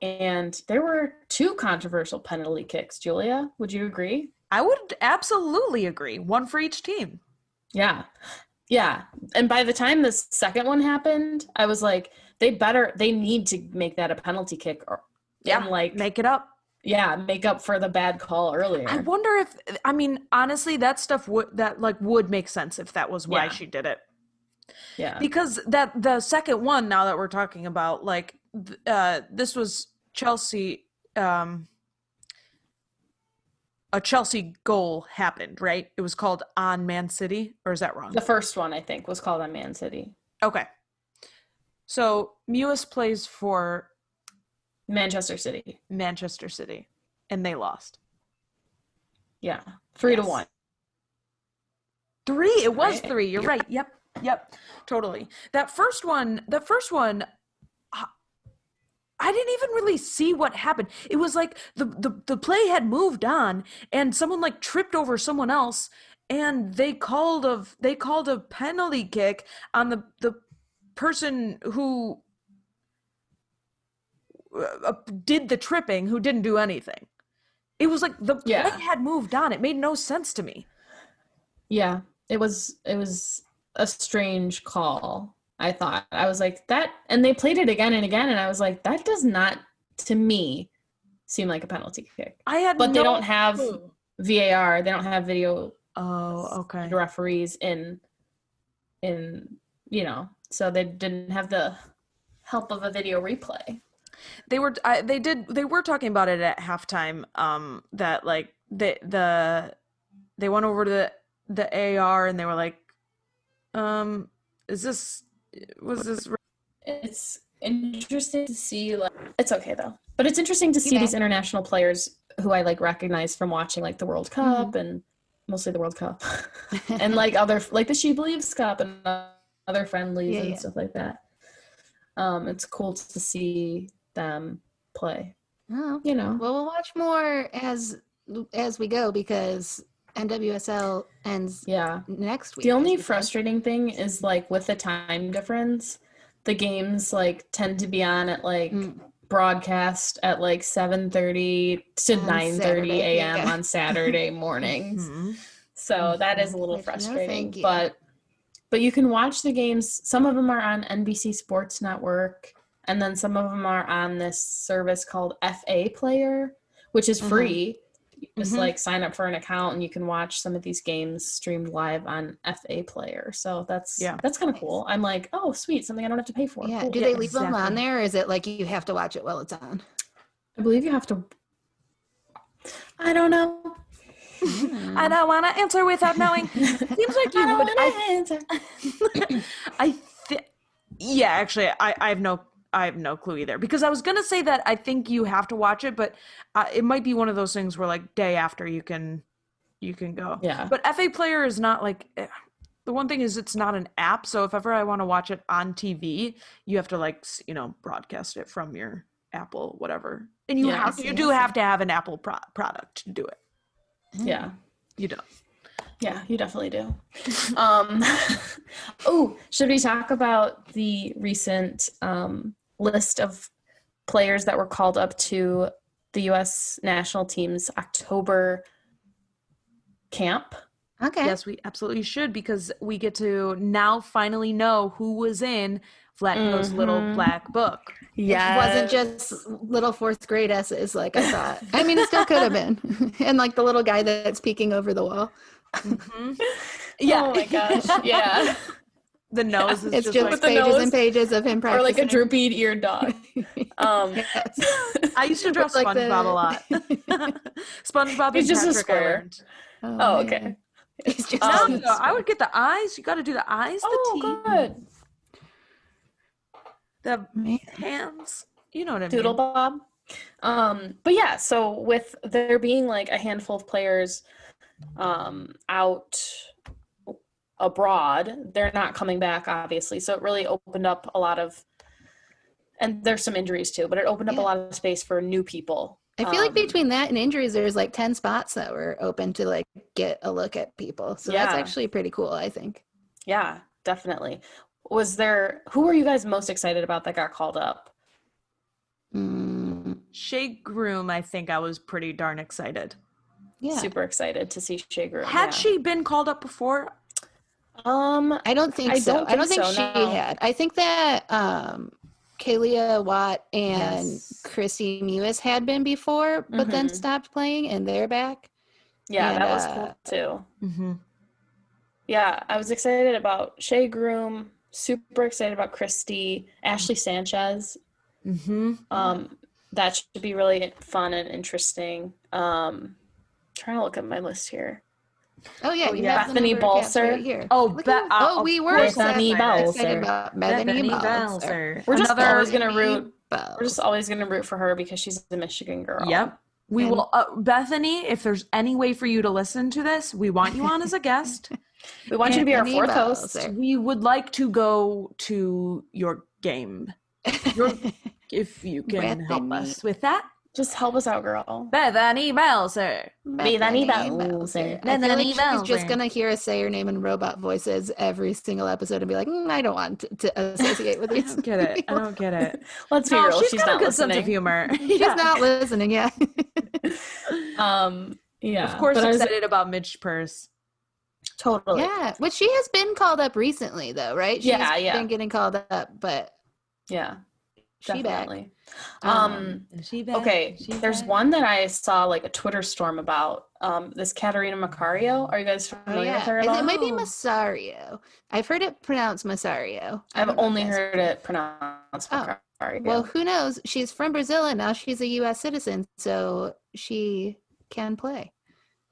And there were two controversial penalty kicks, Julia. Would you agree? I would absolutely agree. One for each team. Yeah. Yeah. And by the time the second one happened, I was like, they better they need to make that a penalty kick or Yeah. and like Make it up. yeah, make up for the bad call earlier. I wonder if I mean honestly that stuff would that like would make sense if that was why Yeah. she did it. yeah. because that the second one now that we're talking about like th- uh this was chelsea um a chelsea goal happened right it was called on man city or is that wrong The first one I think was called on Man City. okay so mewis plays for Manchester City. manchester city and they lost Yeah. 3 to Yes. 1. three it was Right. three you're right yep yep totally that first one that first one I- i didn't even really see what happened it was like the, the the play had moved on and someone like tripped over someone else and they called of they called a penalty kick on the the person who uh, did the tripping who didn't do anything it was like the Yeah. play had moved on it made no sense to me Yeah, it was it was a strange call. I thought I was like that, and they played it again and again, and I was like, that does not to me seem like a penalty kick. i had But they no don't have clue. VAR, they don't have video Oh, okay. referees in in you know, so they didn't have the help of a video replay. They were I, they did they were talking about it at halftime um that like the the they went over to the, the AR and they were like um is this was this re- It's interesting to see like it's okay though. But it's interesting to see back. these international players who I like recognize from watching like the World Mm-hmm. Cup and mostly the World Cup. *laughs* *laughs* and like other like the She Believes Cup and uh, other friendlies Yeah, and yeah. stuff like that. Um, it's cool to see them play. Oh, you know. well, we'll watch more as as we go because NWSL ends Yeah. next week. The as only we said. frustrating thing is like with the time difference, the games like tend to be on at like Mm. broadcast at like 7:30 to On 9:30 Saturday, a.m. yeah. *laughs* on Saturday mornings. Mhm. So that is a little Which, Oh, no, frustrating, thank you. but but you can watch the games. Some of them are on NBC Sports Network, and then some of them are on this service called FA Player, which is Uh-huh. free. You just Mhm. like sign up for an account, and you can watch some of these games streamed live on FA Player. So that's Yeah. that's kind of Nice. cool. I'm like, oh, sweet, something I don't have to pay for. yeah. Cool. Do Yeah, they leave them on exactly. there, or is it like you have to watch it while it's *laughs* on? I believe you have to. I don't know. Hmm, I don't want to answer without *laughs* knowing. Seems like I you don't would. wanna I, answer. I thi- yeah, actually, I, I have no, I have no clue either because I was gonna say that I think you have to watch it, but uh, it might be one of those things where like day after you can, you can go. *laughs* Yeah. But FA Player is not like eh, the one thing is it's not an app, so if ever I want to watch it on TV, you have to like s- you know broadcast it from your Apple whatever, and you Yeah, I have see, you I do see. have to have an Apple pro- product to do it. Yeah. You don't. Yeah, you definitely do. um, *laughs* oh, should we talk about the recent um, list of players that were called up to the U.S. national team's October camp? Okay. Yes, we absolutely should because we get to now finally know who was in Flatco's little Mhm. black book. It wasn't just little fourth grade essays like I *laughs* thought. I mean, it still could have been. *laughs* and like the little guy that's peeking over the wall. Mm-hmm. Yeah. Oh my gosh. Yeah. the nose is It's just, just, like the pages nose. and pages of him or practicing. like a droopy eared dog. *laughs* Um, *laughs* Yes. I used to draw With, like, the- SpongeBob a lot. *laughs* SpongeBob is He's just a Patrick I square. learned. Oh, okay. man. It's just No, Um, no, I would get the eyes. You got to do the eyes, the oh, teeth, good. the Man. hands. You know what I mean? Doodle Bob. Um, but yeah, so with there being like a handful of players um, out abroad, they're not coming back, obviously. So it really opened up a lot of, and there's some injuries too, but it opened up Yeah. a lot of space for new people. I feel like Um, between that and injuries, there's like 10 spots that were open to like get a look at people. So that's Yeah. actually pretty cool, I think. Yeah, definitely. Was there, who were you guys most excited about that got called up? Mm, Shea Groom, I think I was pretty darn excited. yeah. Super excited to see Shea Groom. Had yeah. she been called up before, Um, I don't think I so. don't I don't think think so, she no. had. I think that um Kalia Watt and Yes. Christy Mewis had been before, but then Mhm. stopped playing and they're back. yeah, and, that was uh, cool too. mm-hmm. Yeah, I was excited about Shay Groom, super excited about Christy, Ashley Sanchez. Mm-hmm. Um, that should be really fun and interesting. Um, trying to look at my list here. Oh yeah, Oh, you yeah. have the Bethany number of caps Balser. right here. Oh, Look Be- at- uh, oh, of we were course sad- Bethany I was excited Balser. about Bethany, Bethany Balser. Balser. We're just Another- always gonna root. We're Balser. just always gonna root for her because she's a Michigan girl. Yep. We And- will, uh, Bethany. If there's any way for you to listen to this, we want you on as a *laughs* guest. We want you to be our Bethany fourth host. Balser. we would like to go to your game *laughs* if you can help Bethany. us with that. Just help us out, girl. Bethany Balser. Bethany Balser. I feel like Bethany she's just Balser. gonna hear us say your name in robot voices every single episode and be like, "Mm, I don't want to, to associate *laughs* with I you. don't get it. I don't get *laughs* it. Let's be No, real. she's, She's, got a not good listening. sense of humor. She's not listening. *laughs* Yeah, Um, yeah. Of course, but I was excited about Midge Purse. totally. yeah. But she has been called up recently, though, right? She's Yeah, yeah. Been getting called up, but Yeah, she back. definitely. um Is she back? Okay, She there's back? one that I saw like a Twitter storm about. Um, this Katerina Macario. Are you guys familiar Oh, with yeah. her at And all? it might be Oh. Masario. I've heard it pronounced Masario. I I've don't know if only that's- heard it pronounced Oh, Macario. Well, who knows? She's from Brazil and now she's a U.S. citizen, so she can play.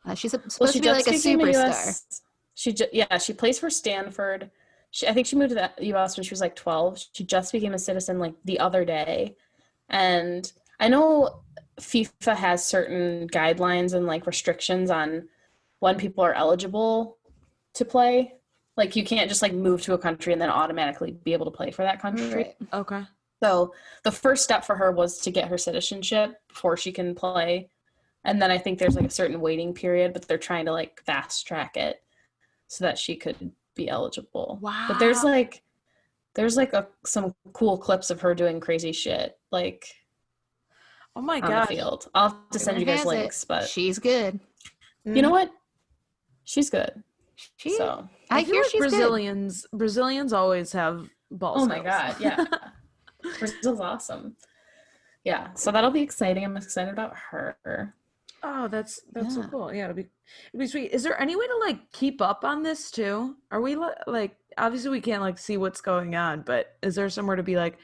Uh, she's a- supposed to be like a became superstar. US she ju- yeah, she plays for Stanford. She, I think she moved to the U.S. when she was like 12. She just became a citizen like the other day, and I know FIFA has certain guidelines and like restrictions on when people are eligible to play. Like you can't just like move to a country and then automatically be able to play for that country. Right. Okay. So the first step for her was to get her citizenship before she can play. And then I think there's like a certain waiting period, but they're trying to like fast track it so that she could be eligible. Wow. But there's like there's like a some cool clips of her doing crazy shit like oh my on gosh. the field. I'll have to send you Everyone guys has it. links, but She's good. you know what? She's good. She, So I, feel hear like she's good. Brazilians. Brazilians always have balls. Oh my god, yeah. Brazil's awesome. Yeah, so that'll be exciting. I'm excited about her. *laughs* Oh, that's that's Yeah. so cool. Yeah, it'll be it'll be sweet. Is there any way to like keep up on this too? Are we li- like obviously we can't like see what's going on, but is there somewhere to be like,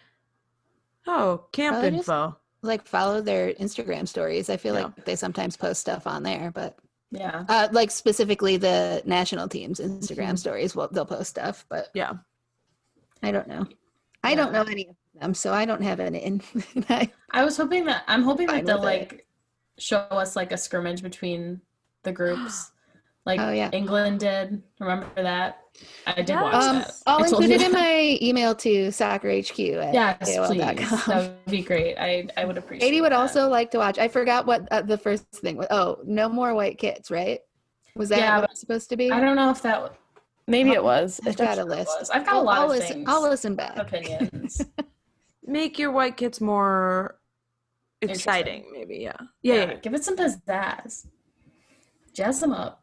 oh, camp Probably just- info? Like follow their Instagram stories. I feel Yeah. like they sometimes post stuff on there, but Yeah. uh, like specifically the national team's Instagram Hmm. Mhm. stories. Well, they'll post stuff, but Yeah. I don't know. I don't Yeah. know any of them, so I don't have an in. *laughs* I- I was hoping that I'm hoping Fine that they'll with it. like show us like a scrimmage between *gasps* the groups, like Oh, yeah. England did. Remember that? I did watch um, that. I'll I told include you it in that. my email to soccerhq at *laughs* Yes, please. AOL.com. That would be great. I I would appreciate. *laughs* Katie would that. also like to watch. I forgot what uh, the first thing was. Oh, no more white kids, right? Was that Yeah, what it was supposed to be? I don't know if that. Maybe it was. I've If that's got a what it list. was. I've got a lot I'll of listen. things. I'll *laughs* listen back. *laughs* opinions. Make your white kids more Interesting. exciting, maybe. Yeah. Yeah. Yeah. yeah. give it some pizzazz. Jazz them up.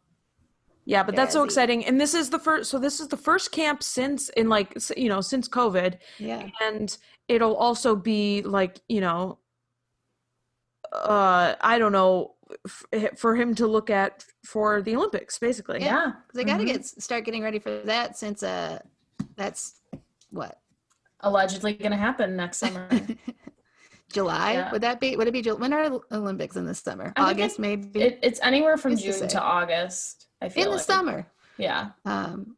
Yeah, but that's so Jazzy. exciting. And this is the first so this is the first camp since in like s- you know, since COVID Yeah. and it'll also be like you know uh i don't know f- eh, for him to look at for the olympics basically Yeah. Because I got to Mhm. Mm-hmm. get start getting ready for that since uh, that's what Allegedly going to happen *laughs* next summer. July Yeah. would that be? Would it be July? When are Olympics in the summer? I think August it- maybe. it, it's anywhere from Who's to June say? to August. I feel in the like. summer. Yeah. Um,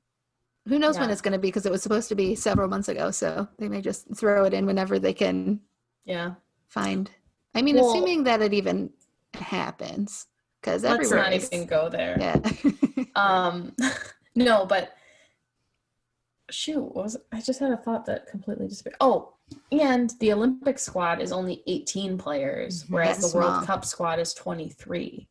who knows when Yeah. it's going to be? Because it was supposed to be several months ago, so they may just throw it in whenever they can Yeah. find. I mean, Well- assuming that it even happens, because Let's everywhere. not is- even go there. yeah. Um, *laughs* no, but shoot, what was it? I just had a thought that completely disappeared. Oh, and the Olympic squad is only 18 players, Mhm. whereas That's the World small. Cup squad is 23.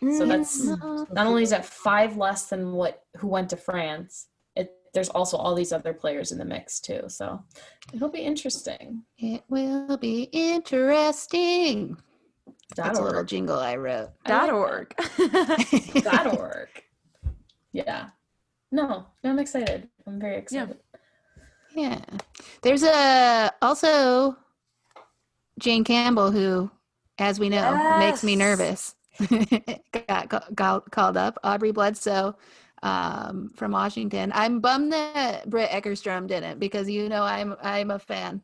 Mm. So *laughs* that's Mm. not only is that five less than what who went to France, it, there's also all these other players in the mix too. So it'll be interesting. it will be interesting. That's a little org. jingle I wrote. dot I like org *laughs* Dot org. Yeah. No, I'm excited. I'm very excited. Yeah. There's a also Jane Campbell who, as we know, makes me Yes. nervous. *laughs* got, ca- gal- called up Aubrey Bledsoe um, from Washington. I'm bummed that Britt Eckerstrom didn't because you know I'm I'm a fan.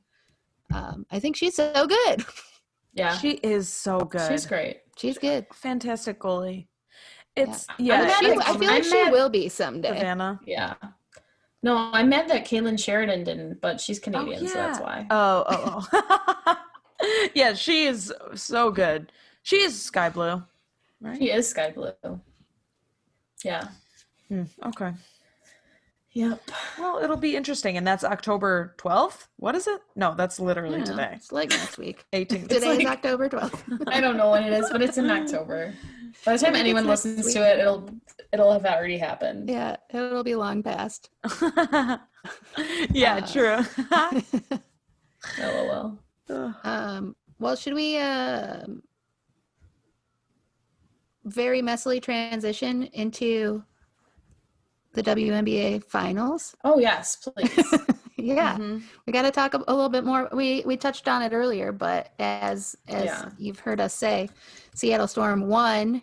Um, I think she's so good. Yeah. she is so good She's great. She's good. fantastic goalie it's I'm yeah, mad She- at- I feel like I'm she mad- will be someday. savannah Yeah. No, I'm mad that Kaylin Sheridan didn't, but Oh, she's Canadian, so that's yeah. why. oh oh, oh. *laughs* yeah she is so good she is sky blue right She is sky blue. Yeah. Hmm, okay Yep. well it'll be interesting and that's october 12th what is it no that's literally You know, today It's like next week. 18th Today is like- October 12th. I don't know when it is, *laughs* but it's in October. By the time I think anyone it's next listens week. to it, it'll it'll have already *laughs* happened. yeah, it'll be long past. yeah, Uh, true. Oh, LOL. Ugh. Um, well, should we um, very messily transition into the WNBA finals? *laughs* Oh yes, please. Yeah, Mhm. we got to talk a, a little bit more. We we touched on it earlier, but as as Yeah. you've heard us say, Seattle Storm won.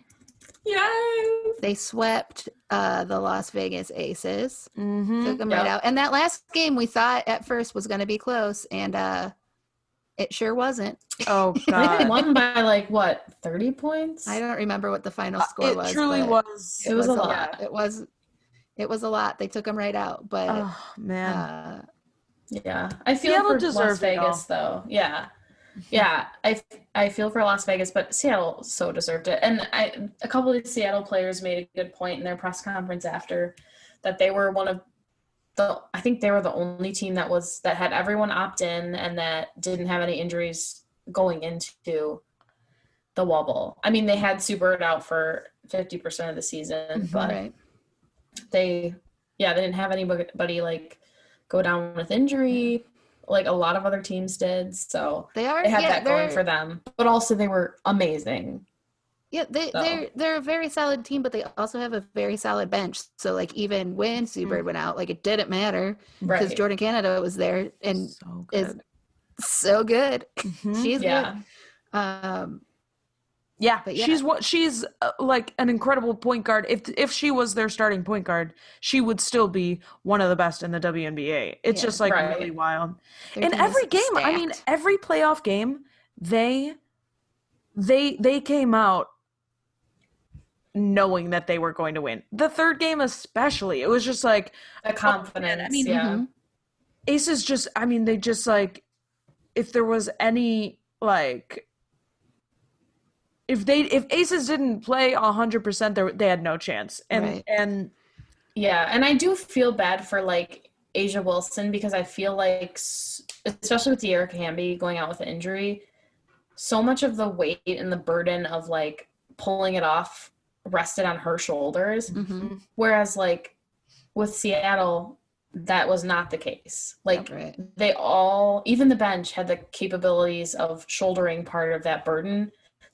Yay! They swept uh, the Las Vegas Aces. *laughs* Mhm. took them Yep. right out. And that last game we thought at first was going to be close, and uh, it sure wasn't. Oh I think they god. won by like what, thirty points? I don't remember what the final Uh, score it was. truly but was. It was a lot. It was it was a lot. They took them right out, but Oh man. uh, Yeah, I feel Seattle for Las deserved it all. Vegas though. Yeah, yeah, I I feel for Las Vegas, but Seattle so deserved it. And I a couple of the Seattle players made a good point in their press conference after that they were one of the I think they were the only team that was that had everyone opt in and that didn't have any injuries going into the wobble. I mean, they had Subert out for 50% of Mm-hmm. the season, but right. they yeah, they didn't have anybody like go down with injury like a lot of other teams did. So They are they had Mm-hmm. yeah, that going they're- for them. But also they were amazing. Yeah, they So- they're they're a very solid team, but they also have a very solid bench. So like even when Subird went out, like it didn't matter because Mm-hmm. Right. Jordan Canada was there and so is Mm-hmm. good. so good. *laughs* Mm-hmm. Mhm. She's yeah. good. Um, yeah, but yeah. she's what she's uh, like an incredible point guard. If if she was their starting point guard, she would still be one of the best in the WNBA. It's Yeah. just like Right. really wild. their in team is every game i mean stacked. every playoff game they they they came out knowing that they were going to win the third game especially it was just like The confidence. mean, yeah. Mhm. aces just i mean they just like if there was any like if they if aces didn't play 100% they, were- they had no chance and Right. and Yeah, and I do feel bad for like Asia Wilson because I feel like, s- especially with De'Erica Hamby going out with an injury, so much of the weight and the burden of like pulling it off rested on her shoulders. Mhm. Whereas like with Seattle, that was not the case. Like Right. *laughs* they all, even the bench, had the capabilities of shouldering part of that burden.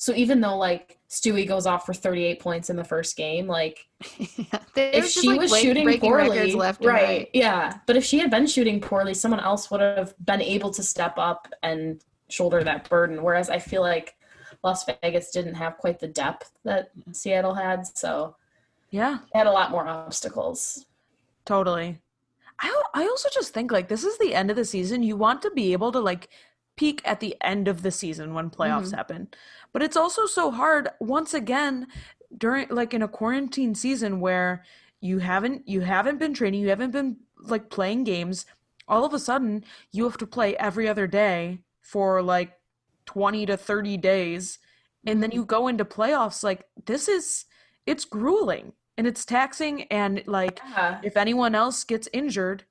So even though like Stewie goes off for 38 points in the first game, like Yeah, they- it if just, she like, was break- shooting breaking records poorly, left and right, Yeah, but if she had been shooting poorly, someone else would have been able to step up and shoulder that burden. Whereas I feel like Las Vegas didn't have quite the depth that Mm-hmm. Seattle had, so yeah they had a lot more obstacles. Totally. I I also just think like this is the end of the season. You want to be able to like peak at the end of the season when playoffs Mhm. happen. But it's also so hard once again during like in a quarantine season where you haven't you haven't been training, you haven't been like playing games. All of a sudden, you have to play every other day for like 20 to 30 days and then you go into playoffs like this is it's grueling and it's taxing and like Yeah, if anyone else gets injured,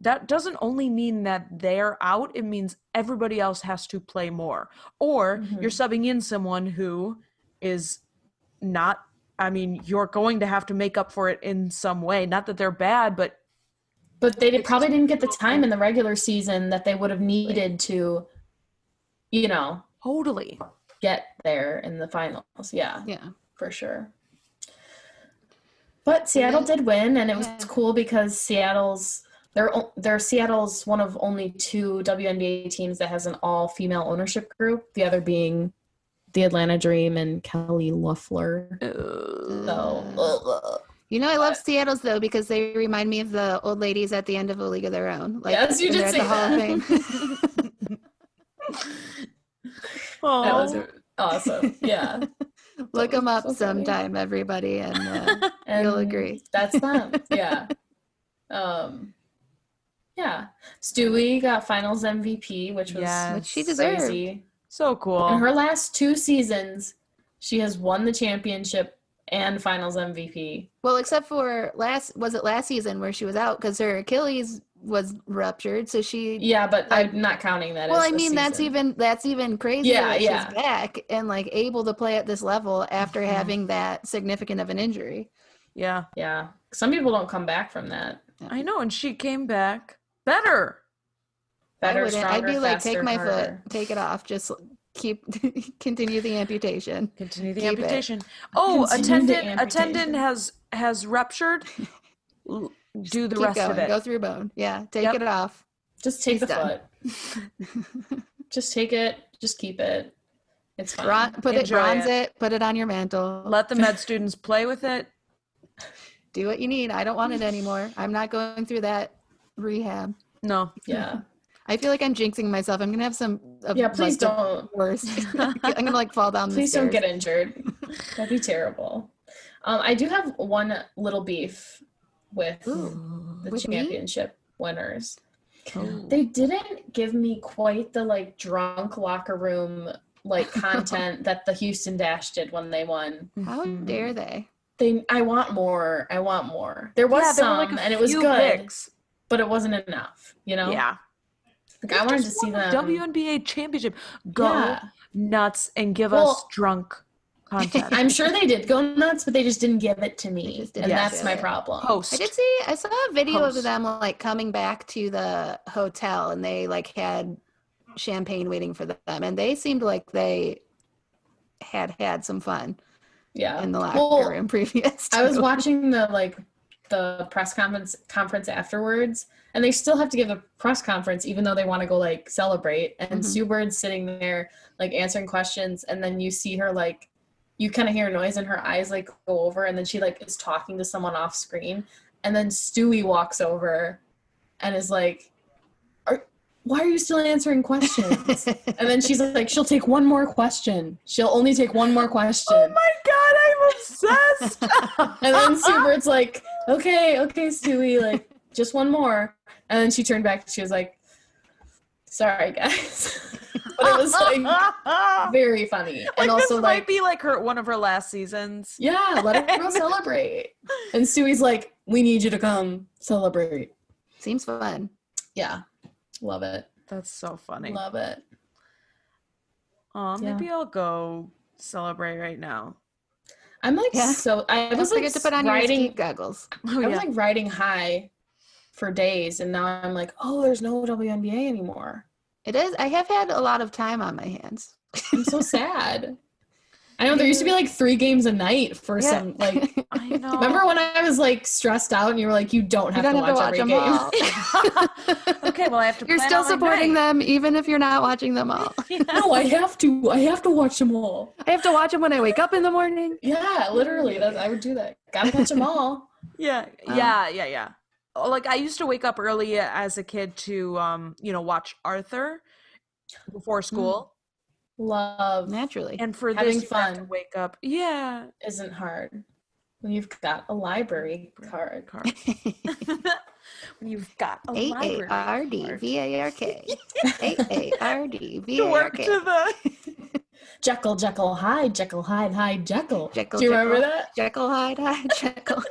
that doesn't only mean that they're out, it means everybody else has to play more. Or you're subbing in someone who is not, I mean, you're going to have to make up for it in some way. Not that they're bad, but but they did, probably didn't get the time in the regular season that they would have needed to, you know, totally. get there in the finals. Yeah. Yeah. for sure. But Seattle did win, and it was Yeah. cool because Seattle's they're o- they're Seattle's one of only two WNBA teams that has an all female ownership group. The other being the Atlanta Dream and Kelly Loeffler. Uh, So ugh. You know, I love Seattle's though because they remind me of the old ladies at the end of A League of Their Own. Like Yes, you when they're did at say the Hall of *laughs* Fame. *laughs* that was aw. awesome. Yeah, Look them up So funny. sometime, everybody, and uh, *laughs* you'll And agree. That's *laughs* them. Yeah. um. Yeah, Stewie got Finals MVP, which was Yes. which she That's deserved. crazy. so cool. In her last two seasons, she has won the championship and finals MVP. Well, except for last, was it last season where she was out because her Achilles was ruptured, so she. Yeah, but I'm not counting that. well, as I a mean, that's season. even that's even crazier. Yeah, that yeah. She's back and like able to play at this level after Mhm. having that significant of an injury. yeah, Yeah. Some people don't come back from that. I know. And she came back better. Better, I wouldn't. stronger, I'd be like, faster, take my harder. foot, take it off, just keep *laughs* continue the amputation. Continue the Keep it. amputation. Oh, Continue the attendant attendant amputation. has has ruptured. L- Do the keep rest going, of it. Go through bone. Yeah, take Yep. it off. Just take She's the done. *laughs* foot. just take it. Just keep it. It's fine. Bron- put it, Enjoy bronze it. it. put it on your mantle. Let the med students play with it. Do what you need. I don't want *laughs* it anymore. I'm not going through that rehab. No. yeah. I feel like I'm jinxing myself. I'm gonna have some. Of, Yeah. Please like, the *laughs* *laughs* don't. Worst. I'm gonna like fall down. Please the don't stairs. get injured. That'd be terrible. Um, I do have one little beef with Ooh. the With me? championship winners. Oh. They didn't give me quite the like drunk locker room like *laughs* content that the Houston Dash did when they won. How dare they? They I want more. I want more. There was Yeah, there were, some like, a and it was few good. picks. but it wasn't enough, you know? Yeah. Like, I wanted to see them. WNBA championship. Go Yeah. nuts and give us Well- drunk content. *laughs* *laughs* I'm sure they did go nuts, but they just didn't give it to They me. just didn't And that's give my it. problem. Post. I did see I saw a video Post. of them like coming back to the hotel and they like had champagne waiting for them and they seemed like they had had some fun Yeah. in the locker Well, room previous. I was to. watching the like the press conference conference afterwards, and they still have to give a press conference even though they want to go like celebrate. And Mhm. Sue Bird's sitting there like answering questions, and then you see her like you kind of hear a noise and her eyes like go over, and then she like is talking to someone off screen, and then Stewie walks over and is like, "Are why are you still answering *laughs* questions?" and then she's like, "She'll take one more question. She'll only take one more question." oh my god, I'm *laughs* obsessed. And then *laughs* Sue Bird's like, okay, okay, Stewie, like, just one more. And then she turned back and she was like, sorry, guys. *laughs* but it was *laughs* *laughs* *laughs* like very funny. Like, and also, this might like, be like her one of her last seasons. yeah, *laughs* let us go celebrate. And Stewie's like, we need you to come celebrate. Seems fun. Yeah. Love it. That's so funny. Love it. Aw, Yeah. maybe I'll go celebrate right now. *laughs* I'm like Yeah. so I Don't was like forget to put on your riding ski goggles. Oh, I was yeah. like riding high for days and now I'm like, oh, there's no WNBA anymore. It is. I have had a lot of time on my hands. I'm so sad. I know there used to be like three games a night for Yeah. some. *laughs* Like, *laughs* I know. remember when I was like stressed out and you were like, you don't You have, don't have to, to watch watch them every game. *laughs* all. okay, well I have to. You're plan still out my supporting night. them even if you're not watching them all. Yeah. *laughs* no, I have to. I have to watch them all. *laughs* I have to watch them when I wake up in the morning. Yeah, literally. That's, I would do that. Gotta catch them all. Yeah, Um, yeah, yeah, yeah. Oh, Like I used to wake up early as a kid to, um, you know, watch Arthur before school, Love Naturally. and for this Having you have to fun. wake up. Yeah, isn't hard when you've got a library *laughs* card. Car. You've got a A library A R D card. V A R *laughs* K. A A R D V You A R work K. to the. *laughs* Jekyll, Jekyll, Hyde, Jekyll, Hyde, Hyde, Jekyll. Jekyll, do you remember Jekyll. that? Jekyll Hyde Hyde Jekyll.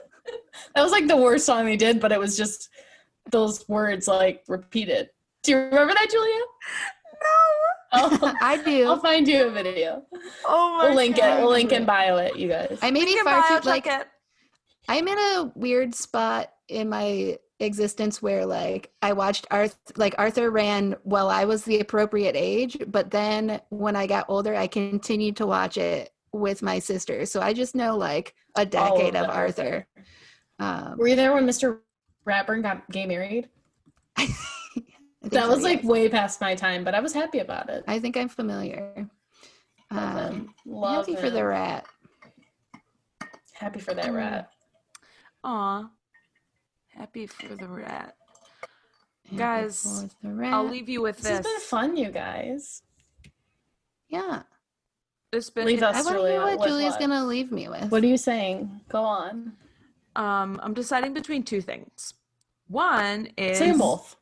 That was like the worst song they did, but it was just those words like repeated. Do you remember that, Julia? Oh, *laughs* I I'll do. find you a video. No. Oh my We'll link God. it. We'll link in bio it, you guys. I may be Link in far bio, too like check it. I'm in a weird spot in my existence where like I watched Arth like Arthur ran while I was the appropriate age, but then when I got older, I continued to watch it with my sister. So I just know like a All decade of the Arthur. Um, Were you there when Mr. Ratburn got gay married? I think That so, was yeah. like way past my time, but I was happy about it. I think I'm familiar. Um, Love him. Love happy for the him. rat. Mm, happy for that rat. Aw, happy for the rat. Happy Guys, for the rat. I'll leave you with This, this. has been fun, you guys. Yeah, It's been Leave I us, want to hear Julia. what with Julia's what? gonna leave me with. What are you saying? Go on. Um, I'm deciding between two things. One is Say 'em both.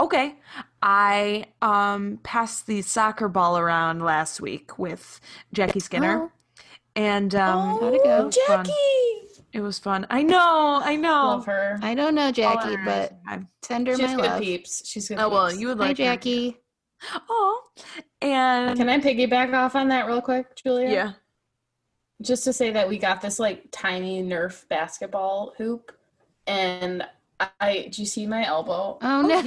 Okay. I um passed the soccer ball around last week with Jackie Skinner, and um, how'd it go? Oh, It was fun. Jackie. it was fun. I know, I know. Love her. Oh, I don't know All Jackie, our eyes but are high. tender She's my good love. peeps. She's good. oh well, peeps. you would Hi, like her. Jackie. Oh, and Can I piggyback off on that real quick, Julia? yeah, just to say that we got this like tiny Nerf basketball hoop, and I did you see my elbow? Oh no, *laughs*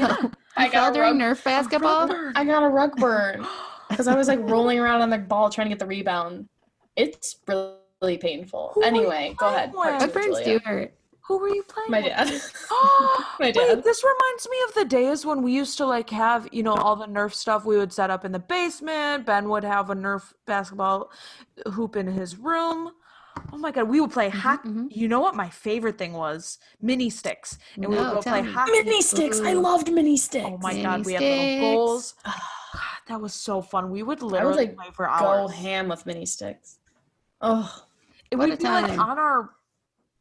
I I fell got during rug, Nerf basketball. Rubber. I got a rug *gasps* burn because I was like rolling around on the ball trying to get the rebound. It's really painful. Who were you anyway, go ahead. playing Part My with? two, burns do Julia. *laughs* hurt. Who were you playing? My with? *gasps* *gasps* dad. My Wait, dad. this reminds me of the days when we used to like have, you know, all the Nerf stuff we would set up in the basement. Ben would have a Nerf basketball hoop in his room. Oh my god, we would Mm-hmm, play hockey. mhm. You know what my favorite thing was? Mini sticks. And we would No, go play tell me. hockey. *laughs* Mini sticks. I Ooh. loved mini sticks. Oh my Mini god, we had little sticks. goals. God, that was so fun. We would literally like, play for Go hours. ham with mini sticks. Oh, It What would a be like time. on our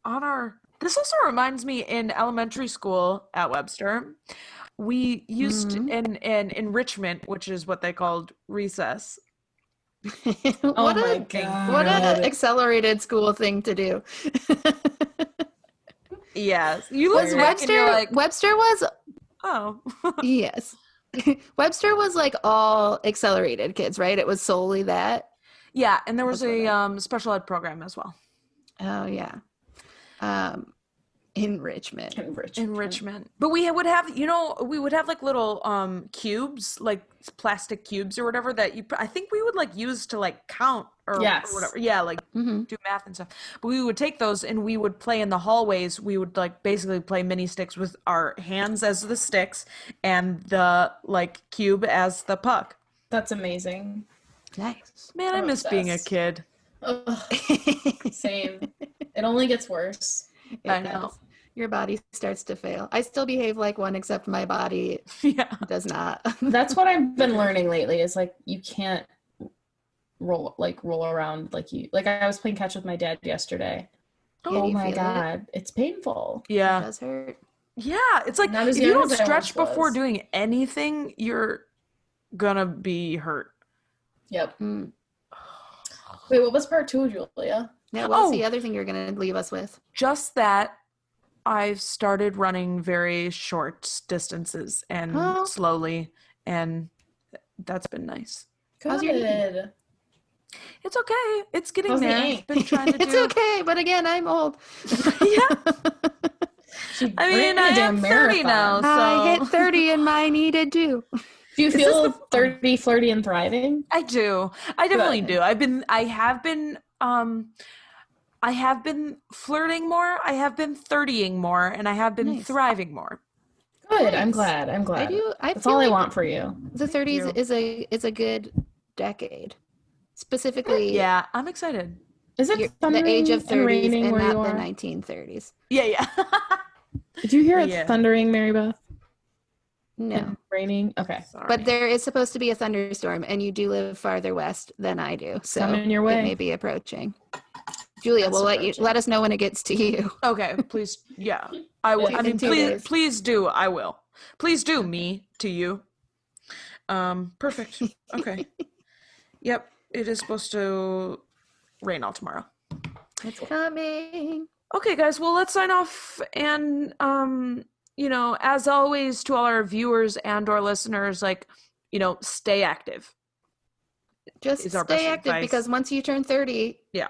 on our this also reminds me in elementary school at Webster, we used Mhm. an an enrichment, which is what they called recess. what my a *laughs* God. what an accelerated school thing to do. yes. You look Was back and Webster you're like, Webster was oh, yes. *laughs* Webster was like all accelerated kids, right? It was solely that. yeah. And there was That's what a I- um, special ed program as well. Oh yeah. Um enrichment. Enrich. enrichment but we would have you know we would have like little um cubes like plastic cubes or whatever that you i think we would like use to like count or, or Yes. whatever yeah like hmm do math and stuff but we would take those and we would play in the hallways we would like basically play mini sticks with our hands as the sticks and the like cube as the puck That's amazing. *laughs* Nice. man i I'm miss being a obsessed. kid *laughs* Ugh, same. It only gets worse. It I know. does. Your body starts to fail. I still behave like one, except my body yeah does not. *laughs* That's what I've been learning lately. Is like you can't roll like roll around like you like I was playing catch with my dad yesterday. Yeah, Oh you my feel it. god, it's painful. It yeah does hurt. yeah it's like Not as if you young don't as I stretch once before was. doing anything you're gonna be hurt Yep. Mm. Wait, what was part two, Julia? Now, what was Oh. the other thing you're going to leave us with? just that I've started running very short distances and Oh. slowly, and that's been nice. How's your knee? Good. It's okay. It's getting How's the there. ache? I've been trying to *laughs* *laughs* it's do. okay, but again, I'm old. Yeah, She I mean, ran a I damn am thirty now, so I *laughs* hit 30 and my knee did too. Do you Is this feel the- thirty, flirty, and thriving? I do. I definitely Good. do. I've been. I have been. Um, I have been flirting more. I have been thirtying more, and I have been Nice. thriving more. Good. I'm Nice. glad. I'm glad. I do. I That's feel all I like want for you. The 30s you. is a is a good decade, specifically. Yeah, I'm excited. Is it your- the thundering age of and 30s raining and where you not the are? 1930s. Yeah, yeah. Did you hear it Yeah. thundering, Mary Beth? No, And raining. Okay. Sorry. but there is supposed to be a thunderstorm, and you do live farther west than I do, so Coming your it way. may be approaching. Julia, That's we'll let you approaching. let us know when it gets to you. Okay, please. Yeah, I will. Yeah, I in mean, two please, days. please do. I will. Please do me to you. Um, perfect. Okay. yep, it is supposed to rain all tomorrow. It's coming. Okay, guys. Well, let's sign off. And um, you know, as always, to all our viewers and or listeners, like, you know, stay active. Just Is our best stay active advice. because once you turn 30, Yeah.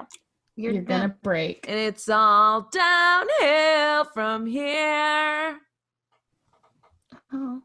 you're, You're, done. gonna break. And it's all downhill from here. Oh.